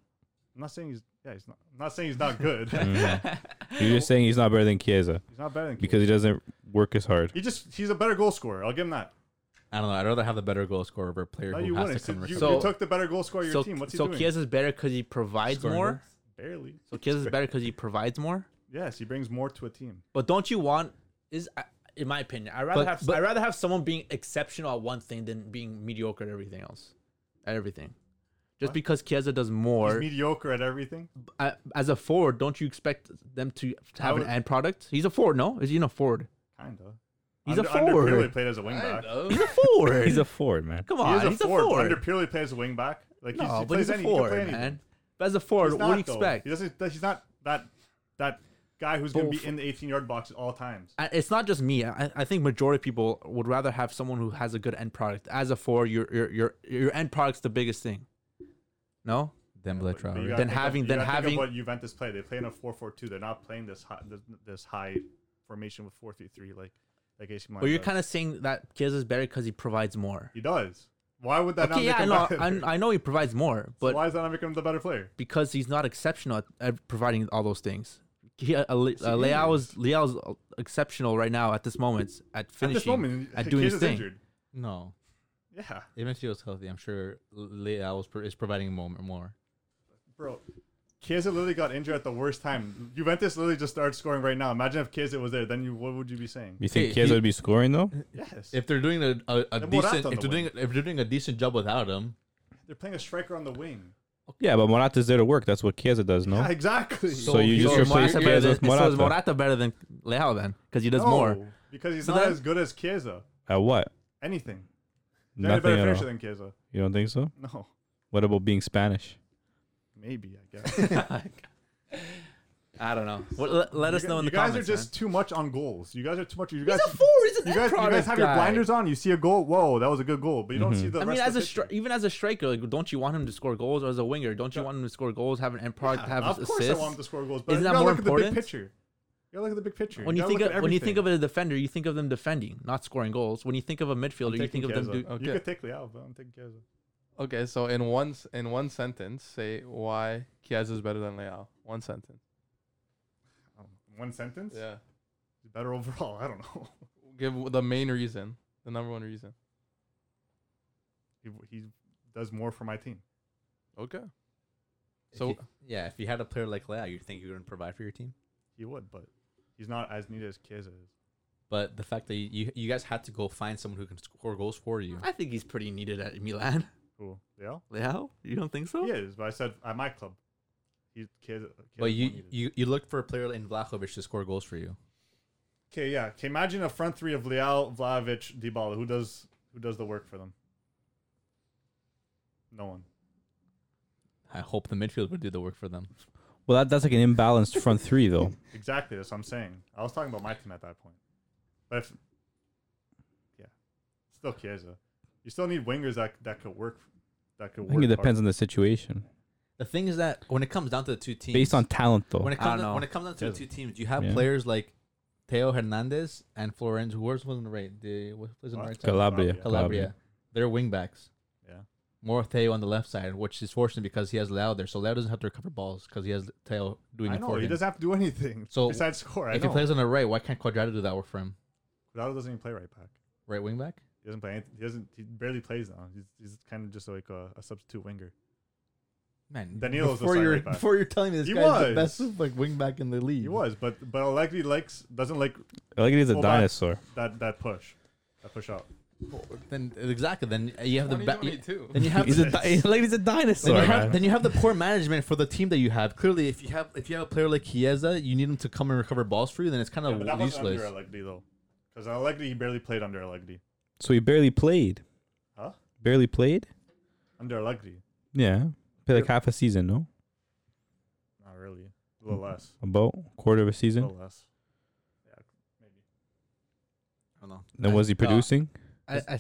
I'm not saying he's yeah. He's not. I'm not saying he's not (laughs) good. Mm-hmm. You're just saying he's not better than Chiesa he's not better than because he Kane. doesn't work as hard. he just he's a better goal scorer. I'll give him that. I don't know. I'd rather have the better goal scorer over a player No, who Oh, you has wouldn't. to come. You, recover. you So- took the better goal scorer of your so team. What's he so doing? Kiesa's better because he provides Scoring more. goals. Barely. So Kiesa's better because he provides more. Yes, he brings more to a team. But don't you want is I- in my opinion, I rather But- have but- I rather have someone being exceptional at one thing than being mediocre at everything else, at everything. Just because Chiesa does He's more mediocre at everything. uh, as a forward, don't you expect them to I have would- an end product? He's a forward, no? Is he not a forward? Kind of. He's a Under Pirlo, he forward. played as a wing back. He's a (laughs) forward. He's a forward, man. (laughs) Come Oh. He on, is a he's forward. a forward. Under Pirlo, he plays a wing back. Like he's, no, he but plays he's a any. He can play forward, anything. man. But as a He's forward, what do not, you though. expect? He doesn't. He's not that that that guy who's going to But be in the 18 yard box at all times. I- it's not just me. I, I think majority of people would rather have someone who has a good end product. As a four, your your your your end product's the biggest thing. No, But Dembele you Traore. gotta Then think of- having- you then gotta think of having- what Juventus play. They play in a 4-4-2. They're not playing this high, this, this high formation with 4-3-3 like like AC Milan. but you're does. kind of saying that Chiesa's better because he provides more. he does. Why would that Okay, yeah, I not know, make him (laughs) better? I, I know he provides more, but Why is that not making him the better player? because he's not exceptional at, at providing all those things. He, uh, Le- uh, Leao is Leao's uh, exceptional right now at this moment at finishing At this moment, at doing his Chiesa is thing. injured. No, Yeah, even if he was healthy, I'm sure Leal was pro- is providing more. more. bro. Chiesa literally got injured at the worst time. Juventus literally just started scoring right now. Imagine if Chiesa was there, then you, what would you be saying? You think Hey, Chiesa he- would be scoring though? Yes, If they're doing a, a, a Then decent, Morata on if the they're doing if they're doing a decent job without him, they're playing a striker on the wing. Yeah, but Morata's there to work. That's what Chiesa does, no? Yeah, exactly. So you So just is replace Morata better Chiesa than, with so is Morata. Morata better than Leao then because he does No, more. because he's So not then- as good as Chiesa. At what? Anything. They're a Nothing better at finisher all. than Chiesa. You don't think so? No, What about being Spanish? maybe I guess. I don't know. What, let, (laughs) let us You know gu- in you the guys comments. are just too much on goals. You guys are too much. You guys, man. He's a forward. He's an you end guys, you product guys have your guy. blinders on. You see a goal. Whoa, that was a good goal. But you Mm-hmm. don't see the. I mean, rest as of the a picture. stri- even as a striker, like, don't you want him to score goals? Or as a winger, don't you want him to score goals, have an end product, Yeah, have of assists? course, I want him to score goals. But Isn't you that gotta more look at important? the big picture. You gotta look at the big picture. when you gotta think look of at when you think of everything. a defender, you think of them defending, not scoring goals. When you think of a midfielder, you Taking think of Chiesa. them. Do- You Okay. could take Leao, but I'm taking Chiesa. Okay, so in one s- in one sentence, say why Chiesa is better than Leao. One sentence. Um, One sentence. Yeah. He's Better overall. (laughs) I don't know. Give w- the main reason, the number one reason. He, he does more for my team. Okay. If So- you- yeah, if you had a player like Leal, you think you would provide for your team. He would, but he's not as needed as Chiesa is. But the fact that you, you, you guys had to go find someone who can score goals for you. I think he's pretty needed at Milan. (laughs) Cool. Yeah. Leao, you don't think so? He is, but I said at my club, he's Chiesa. But Chiesa's more you, needed. you you look for a player in Vlahovic to score goals for you. Okay, yeah. Okay, imagine a front three of Leal, Vlahovic, Dybala. Who does who does the work for them? No one. I hope the midfield would do the work for them. Well, that, that's like an imbalanced front three, though. Exactly. That's what I'm saying. I was talking about my team at that point. But if yeah, still Chiesa. You still need wingers that that could work. That could I think work. it depends on the situation. The thing is that when it comes down to the two teams, Based on talent, though. when it I don't comes down, know. when it comes down to the two teams, you have Yeah. players like Teo Hernandez and Florenz. Who was on the right? The what plays on the What? right side? Calabria. Calabria. Calabria. They're wing backs. Yeah. More of Teo on the left side, which is fortunate because he has Leao there. So Leao doesn't have to recover balls because he has Teo doing I it know for he him. doesn't have to do anything So, besides score. I if know. he plays on the right, why can't Quadrado do that work for him? Cuadrado doesn't even play right back. Right wing back? He doesn't play. anyth- He doesn't. He barely plays now. He's, he's kind of just like a, a substitute winger. Man, Danilo's the before side you're right back. before you're telling me this He guy's the was. best like wing back in the league. He was, but but Allegri likes doesn't like I like it is a Full back. dinosaur. that that push, that push out. Then exactly. Then you have the ba- you- 2022. then you have He's a di- (laughs) like he's a Then dinosaur, you, man. have, then you have the poor management for the team that you have. Clearly, if you have if you have a player like Chiesa, you need him to come and recover balls for you. Then it's kind Yeah, of but that was useless. under Allegri though, because Allegri he barely played under Allegri. so he barely played. Huh? Barely played? Under Allegri, Yeah. Played like half a season, no? not really. A little less. About quarter of a A season. little less. Yeah, maybe. I don't know. Then was he producing? I, I,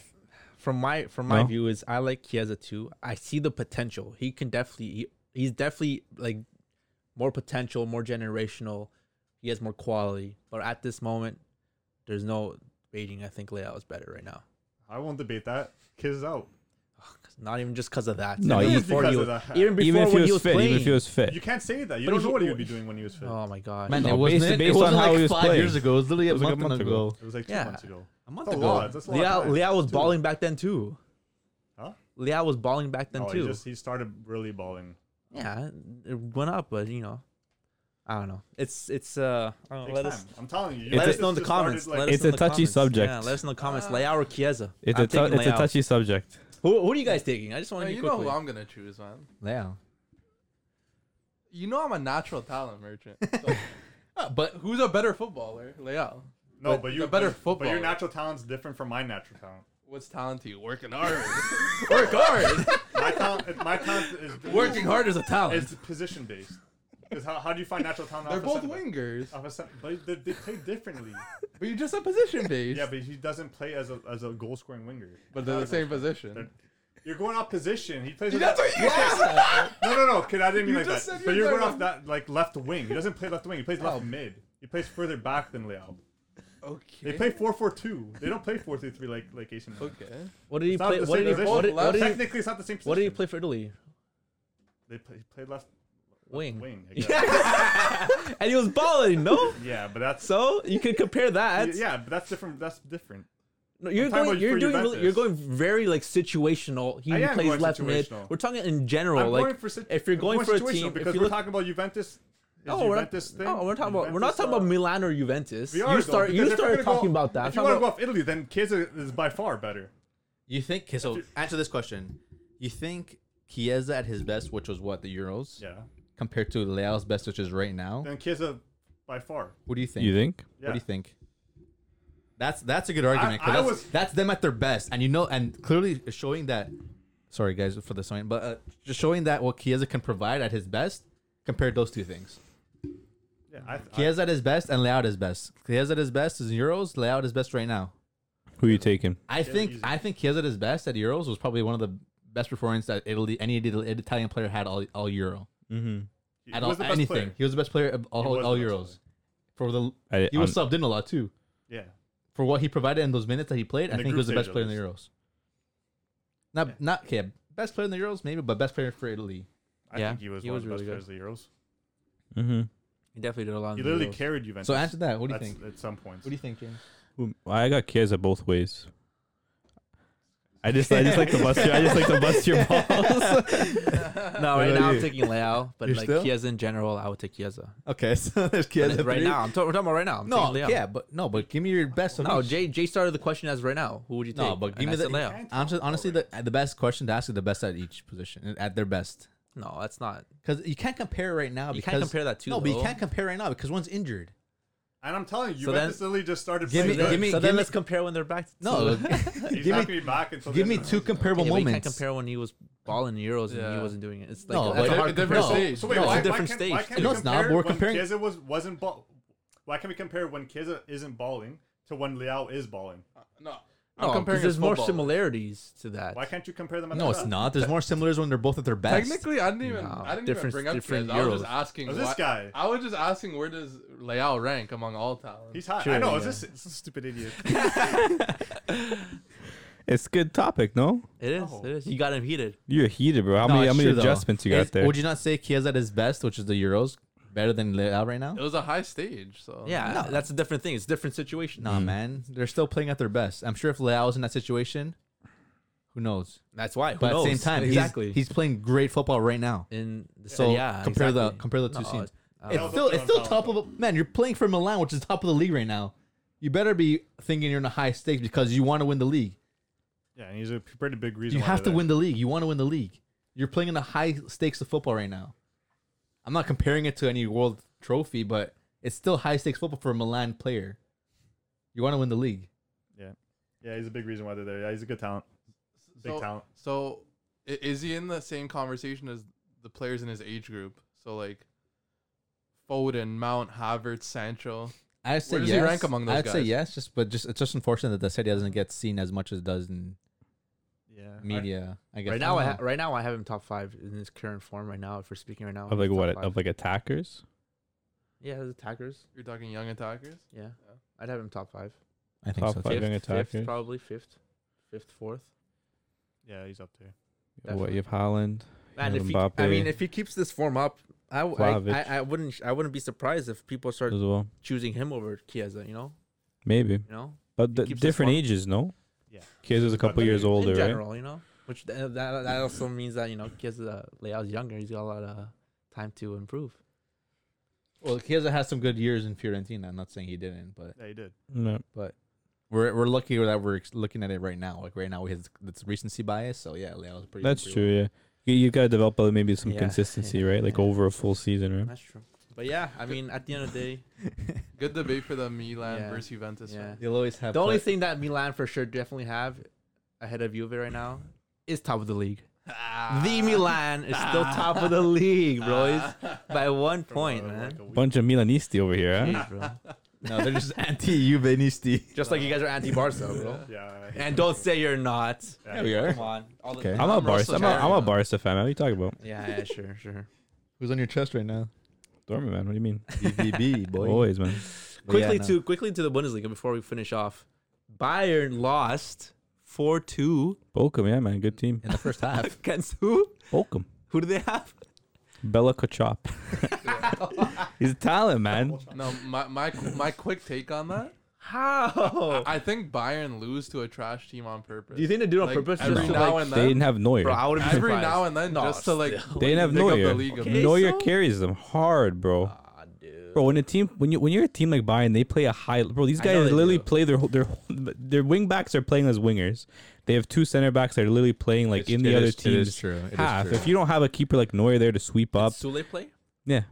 from my from my No? view is I like Chiesa too. I see the potential. He can definitely he, he's definitely like more potential, more generational. He has more quality, but at this moment, there's no debating. I think Leao is better right now. I won't debate that. Kids out. 'Cause Not even just because of that. No, even even before because he of was, that. even before even if he when was, fit, playing. even if he was fit. You can't say that. You But don't he- know what he would be doing when he was fit. oh my god, Man, No, it wasn't, based- it based on wasn't how like he was five playing. years ago. It was literally It a was month, like a month ago. ago. It was like two Yeah. months ago. a month That's a ago. lot. That's a lot of Leao, time. Leao was Dude. balling back then too. Huh? Leao was balling back then no, too. Oh, He, just, he started really balling. yeah, it went up, but you know, I don't know. It's it's uh, I don't know, Takes let time. us I'm telling you. you let guys us know in the just started, comments. like- Let us It's know a in the touchy comments. subject. Yeah, let us know in the comments. Ah. Leao or Chiesa? It's I'm a tou- taking it's a Leao. touchy subject. Who, who are you guys taking? I just want Man, to you know quickly. who I'm gonna choose, man. Leao. You know I'm a natural talent merchant. So uh, but who's a better footballer, Leal? No, but the you better but- But footballer. your natural talent's different from my natural talent. What's talent to you? Working hard. Work hard. My talent, (laughs) my talent is Working hard is a talent. It's position based. Because how, how do you find natural talent? They're off a both center back? wingers, Off a cent- but they, they play differently. but you're just a position based. yeah, but he doesn't play as a as a goal scoring winger. but they're the same They're- position. You're going off position. He plays. as (laughs) That's a- what you said. no, no, no, kid. I didn't mean You like just that. said But you're Oh. you're going going off that like left wing. He doesn't play left wing. He plays left mid. He plays further back than Leao. They Okay. play four four two. They don't play four three three like like AC Milan. Okay. What did he It's not play? the What same did he, position. what, did, what, Left- did he, Technically, it's not the same position. what did he play for Italy? They play, he played left Wing. wing. (laughs) I guess. Yeah. Yeah. and he was balling. No, but that's so you can compare that. yeah, but that's different. That's different. No, you're I'm talking going. about You're for doing. Really, Juventus. you're going very like situational. He I am plays going left mid. situational. We're talking in general. I'm like going for sit- if you're I'm going for a situational team, if because you we're look- talking about Juventus. Is No, we're not. Juventus thing? No, we're talking about. We're Juventus, not talking about uh, Milan or Juventus. we are, you start. though, you because if we're started gonna go- talking about that. If you want to go off Italy, then Chiesa is by far better. you think okay, so? Answer this question. You think Chiesa at his best, which was what the Euros, Yeah. compared to Leao's best, which is right now. Then Chiesa by far. What do you think? You think? Yeah. What do you think? That's that's a good argument. 'cause I that's, was- that's them at their best, and you know, and clearly showing that. Sorry, guys, for the sign, but uh, just showing that what Chiesa can provide at his best, compared those two things. Yeah, I, th- I, Chiesa at his best and Leao at his best. Chiesa at his best is Euros. Leao at his best right now. Who you taking? I think easy. I think Chiesa at his best at Euros was probably one of the best performances that Italy any Italy- Italian player had all all Euro. he was At all, the best anything. player. He was the best player of all, was the all best Euros. For the I, he was subbed in a lot too. Yeah. For what he provided in those minutes that he played, I the think he group was the stage best at player in the Euros. Not not okay, best player in the Euros maybe, but best player for Italy. I Yeah, think he was he one was of the really best players of mm-hmm. He definitely did a lot. the Euros. He literally carried Juventus. So answer that. What do you That's- think? What At some points. do you think, James? I got Chiesa both ways. I just I just like to (laughs) bust your I just like to bust your balls. No, right about now I'm you? taking Leao, but You like still? Chiesa in general, I would take Chiesa. Okay, (laughs) so there's But Chiesa right now, I'm talking, we're talking about right now. (laughs) I'm No, taking Leao. yeah, but no, but give me your best. of No, each. Jay Jay started the question as right now. Who would you take? No, but give And me I the- said Leao. Honestly, honestly the, the best question to ask is the best at each position, at their best. No, that's not. Because you can't compare right now. You Because, can't compare that too, No, but though. you can't compare right now because one's injured. And I'm telling you, So Juventus literally just started Give me- playing. good. give me- so then me- let's compare when they're back. to- No, He's give not me gonna be back until the (laughs) give end me of the two season. comparable Yeah, but you can't moments. compare when he was balling Euros and he Yeah. wasn't doing it. It's like No, that's but- a hard Different comparison. stage. So wait, No, why, it's a why different can't, stage. Why can't No, we it's not. compare We're when comparing- Chiesa was wasn't ball. Why can't we compare when Chiesa isn't balling to when Leao is balling? No. No, I'm 'cause comparing There's his more football. similarities to that. Why can't you compare them? At No, the (laughs) it's top? not. There's more similars when they're both at their best. Technically, I didn't even. No, I didn't even different- bring up different Chiesa. I was Euros. just asking. Oh, this why- guy. I was just asking where does Leal rank among all talents? He's high. Sure, I know. yeah. It's just it's a stupid idiot. (laughs) (laughs) it's good topic, no? It is. No. It is. You got him heated. You're heated, bro. How No, many how it's many true, though. adjustments you Is- got there? Would you not say Chiesa at his best, which is the Euros, better than Leao right now? It was a high stage, so Yeah, No. that's a different thing. It's a different situation. Mm. Nah, man. They're still playing at their best. I'm sure if Leao was in that situation, who knows? That's why. Who But knows? at the same time, he's- exactly. he's playing great football right now. in the So yeah, compare the exactly. compare the two No, uh, scenes. I don't It's know. was still up it's on still top. top of the- man. You're playing for Milan, which is top of the league right now. You better be thinking you're in a high stakes because you want to win the league. yeah, and he's a pretty big reason. You why have to they're win the league. You want to win the league. You're playing in the high stakes of football right now. I'm not comparing it to any world trophy, but it's still high stakes football for a Milan player. You want to win the league. there. Yeah, he's a big reason why they're there. Yeah, he's a good talent. Big so, talent. So i- is he in the same conversation as the players in his age group? So like Foden, Mount, Havertz, Sancho. I say Where does yes. he rank among those I'd say guys? yes, just but just it's just unfortunate that the city doesn't get seen as much as it does in Yeah. media. I, guess Right now, I don't ha- know. right now I have him top five in his current form. Right now, if we're speaking right now, of like he's top what five. of like attackers? Yeah, his attackers. You're talking young attackers. Yeah. I'd have him top five. I think Top so. five too. young Fifth, attackers. probably fifth. Fifth, fourth. Yeah, he's up there. What definitely. you have Holland? Man, Yeah, if he, I Mbappe. mean, if he keeps this form up, I, w- I- Vlahovic. I- I wouldn't sh- I wouldn't be surprised if people start as well. choosing him over Chiesa. You know, Maybe, you know, but th- keeps us different fun. ages, no? Yeah. Kiesa's a couple But- years older, in right? general, you know, which th- that, that that also means that you know Chiesa Leao's younger. He's got a lot of time to improve. Well, Chiesa has some good years in Fiorentina. I'm not saying he didn't, but Yeah, he did. No. we're we're lucky that we're ex- looking at it right now. Like right now, we have this recency bias. So yeah, Leo's pretty. That's pretty true. Yeah, you, you gotta develop uh, maybe some Yeah, consistency, yeah, right? Like yeah. over a full season, right? That's true. But yeah, I mean, at the end of the (laughs) day, Good debate for the Milan Yeah. versus Juventus. Yeah. one. You'll always have the only pla- thing that Milan for sure definitely have ahead of Juve right now is top of the league. the Milan is still top (laughs) of the league, bro. It's by one point, Like man. a week- Bunch of Milanisti over here. Huh? Jeez, bro. No, they're just anti Juvenisti. Just like you guys are anti-Barca, (laughs) bro. yeah. And don't say you're not. Yeah, we are. Come on. All the Okay. I'm a I'm Barca. Russell I'm a, I'm a Jarrett. Barca fan. man. What are you talking about? Yeah, yeah, sure, sure. Who's on your chest right now? Dortmund, man. What do you mean? (laughs) BVB boy. Always, man. But yeah, Quickly no. to quickly to the Bundesliga before we finish off. Bayern lost 4-2 Bochum, yeah, man. Good team. in the first half. (laughs) against who? Bochum. Who do they have? Bella Kochop. (laughs) He's a talent, man. No, my my my quick take on that. How? I think Bayern lose to a trash team on purpose. do you think they do it on Like, purpose? Every just to, now like, and They then, didn't have Neuer. bro, I would be every surprised. now and then, No, just to like still. they didn't have pick up Neuer. the league. a Okay. bit. Neuer so- carries them hard, bro. Ah, dude. Bro, when a team when you when you're a team like Bayern, they play a high. Bro, these I know guys they literally do. play their whole- their whole- their wing backs are playing as wingers. They have two center backs that are literally playing like It's- in the it other is- it is team's true. It is half. true. If you don't have a keeper like Neuer there to sweep up, Sule play? yeah, (laughs)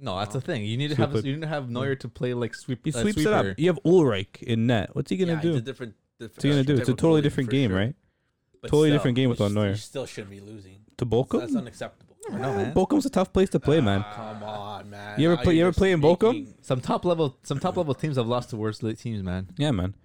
No, that's the thing. You need to Sweep have it. you need to have Neuer to play like sweep. he uh, sweeps it sweeper. up. You have Ulreich in net. What's he gonna yeah, do? It's a What's different, different he gonna do? different It's a totally goalie, different for game, sure. right? But Totally still, different game without you s- Neuer. You still shouldn't be losing. To That's Bochum, unacceptable. No, man. Bochum's a tough place to play, man. Ah, Come on, man. You ever Now play- you're you ever just play in Bochum? making- Some top level some top level teams have lost to worse le- teams, man. Yeah, man.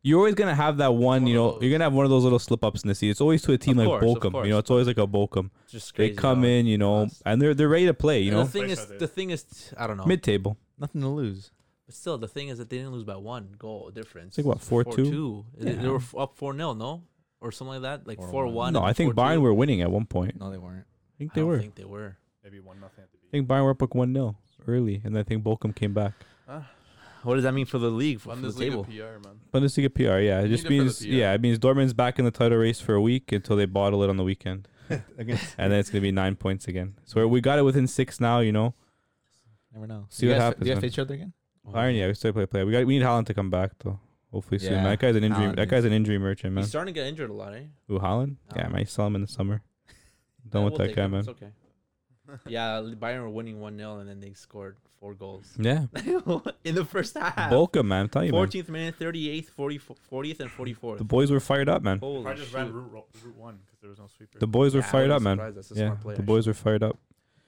You're always gonna have that one, you know. You're gonna have one of those little slip ups in the season. It's always to a team Of like course, of Bochum, you course. know. It's always like a Bochum. It's Just They crazy come how- in, you know, Us. and they're they're ready to play, you And know, the thing Place is, out there. the thing is, I don't know. mid table. Nothing to lose. but still, the thing is that they didn't lose by one goal It's difference. like, what, 4-2? 4-2. They- They Yeah. were f- up four 0 no, or something like that, like Or four one. No, I think Bayern were winning at one point. No, they weren't. I think I they don't were. think they were. Maybe one nothing at the beginning. I think Bayern were up like one 0 early, and I think Bochum came back. What does that mean for the league? For, for the Bundesliga table? PR man. Bundesliga PR, yeah. It need it just for the means PR. yeah, it means Dortmund's back in the title race for a week until they bottle it on the weekend, Against and then it's gonna be nine points again. So we got it within six now, you know. never know. See You what guys- happens, Do you man. have each other again? Bayern, yeah, we still play play. We got we need Holland to come back though. Hopefully soon. Yeah, That guy's an injury. Haaland that needs- guy's an injury merchant, man. He's starting to get injured a lot, eh? Ooh, Holland? Yeah, Haaland. man. Sell him in the summer. Done with We'll that take guy, it. man. It's okay. (laughs) yeah, Bayern were winning one 0 and then they scored four goals (laughs) Yeah, in the first half. Bochum, man. I'm telling you, man. 14th minute, 38th, 40, 40th, and The 44th. boys were fired up, man. Holy I just shoot. ran route, ro- route one because there was no sweeper. The boys were Yeah, I fired wouldn't up, be man. surprised. That's a Yeah, smart play, the boys were fired up.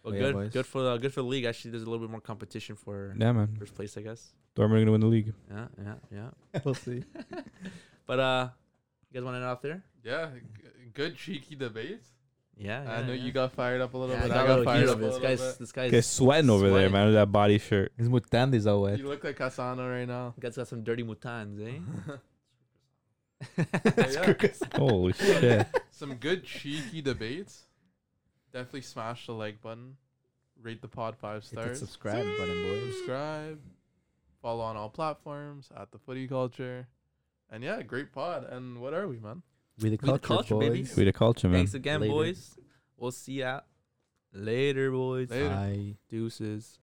But Yeah, good, boys. good for the good for the league. Actually, there's a little bit more competition for Yeah, man. first place, I guess. Dortmund are gonna win the league. Yeah, yeah, yeah. (laughs) we'll see. But uh, you guys want to end off there? Yeah, g- good cheeky debate. Yeah, yeah I know yeah. you got fired up a little Yeah, I bit. got I a got little heat fired up of a it. This little guy's bit. this guy's Guys sweating over there, Sweating. man. with That body shirt. His mutandes all wet. You look like Cassano right now. you guys got some dirty mutans, (laughs) eh? (laughs) But yeah, (laughs) Holy shit! some good cheeky debates. Definitely smash the like button. Rate the pod five Hit that stars. subscribe button, boys. subscribe, follow on all platforms at the Footy Culture, and yeah, great pod. And what are we, man? We the culture, culture, baby. boys. We the culture, man. Thanks again, Later. boys. We'll see ya later, boys. Later. Bye. Deuces.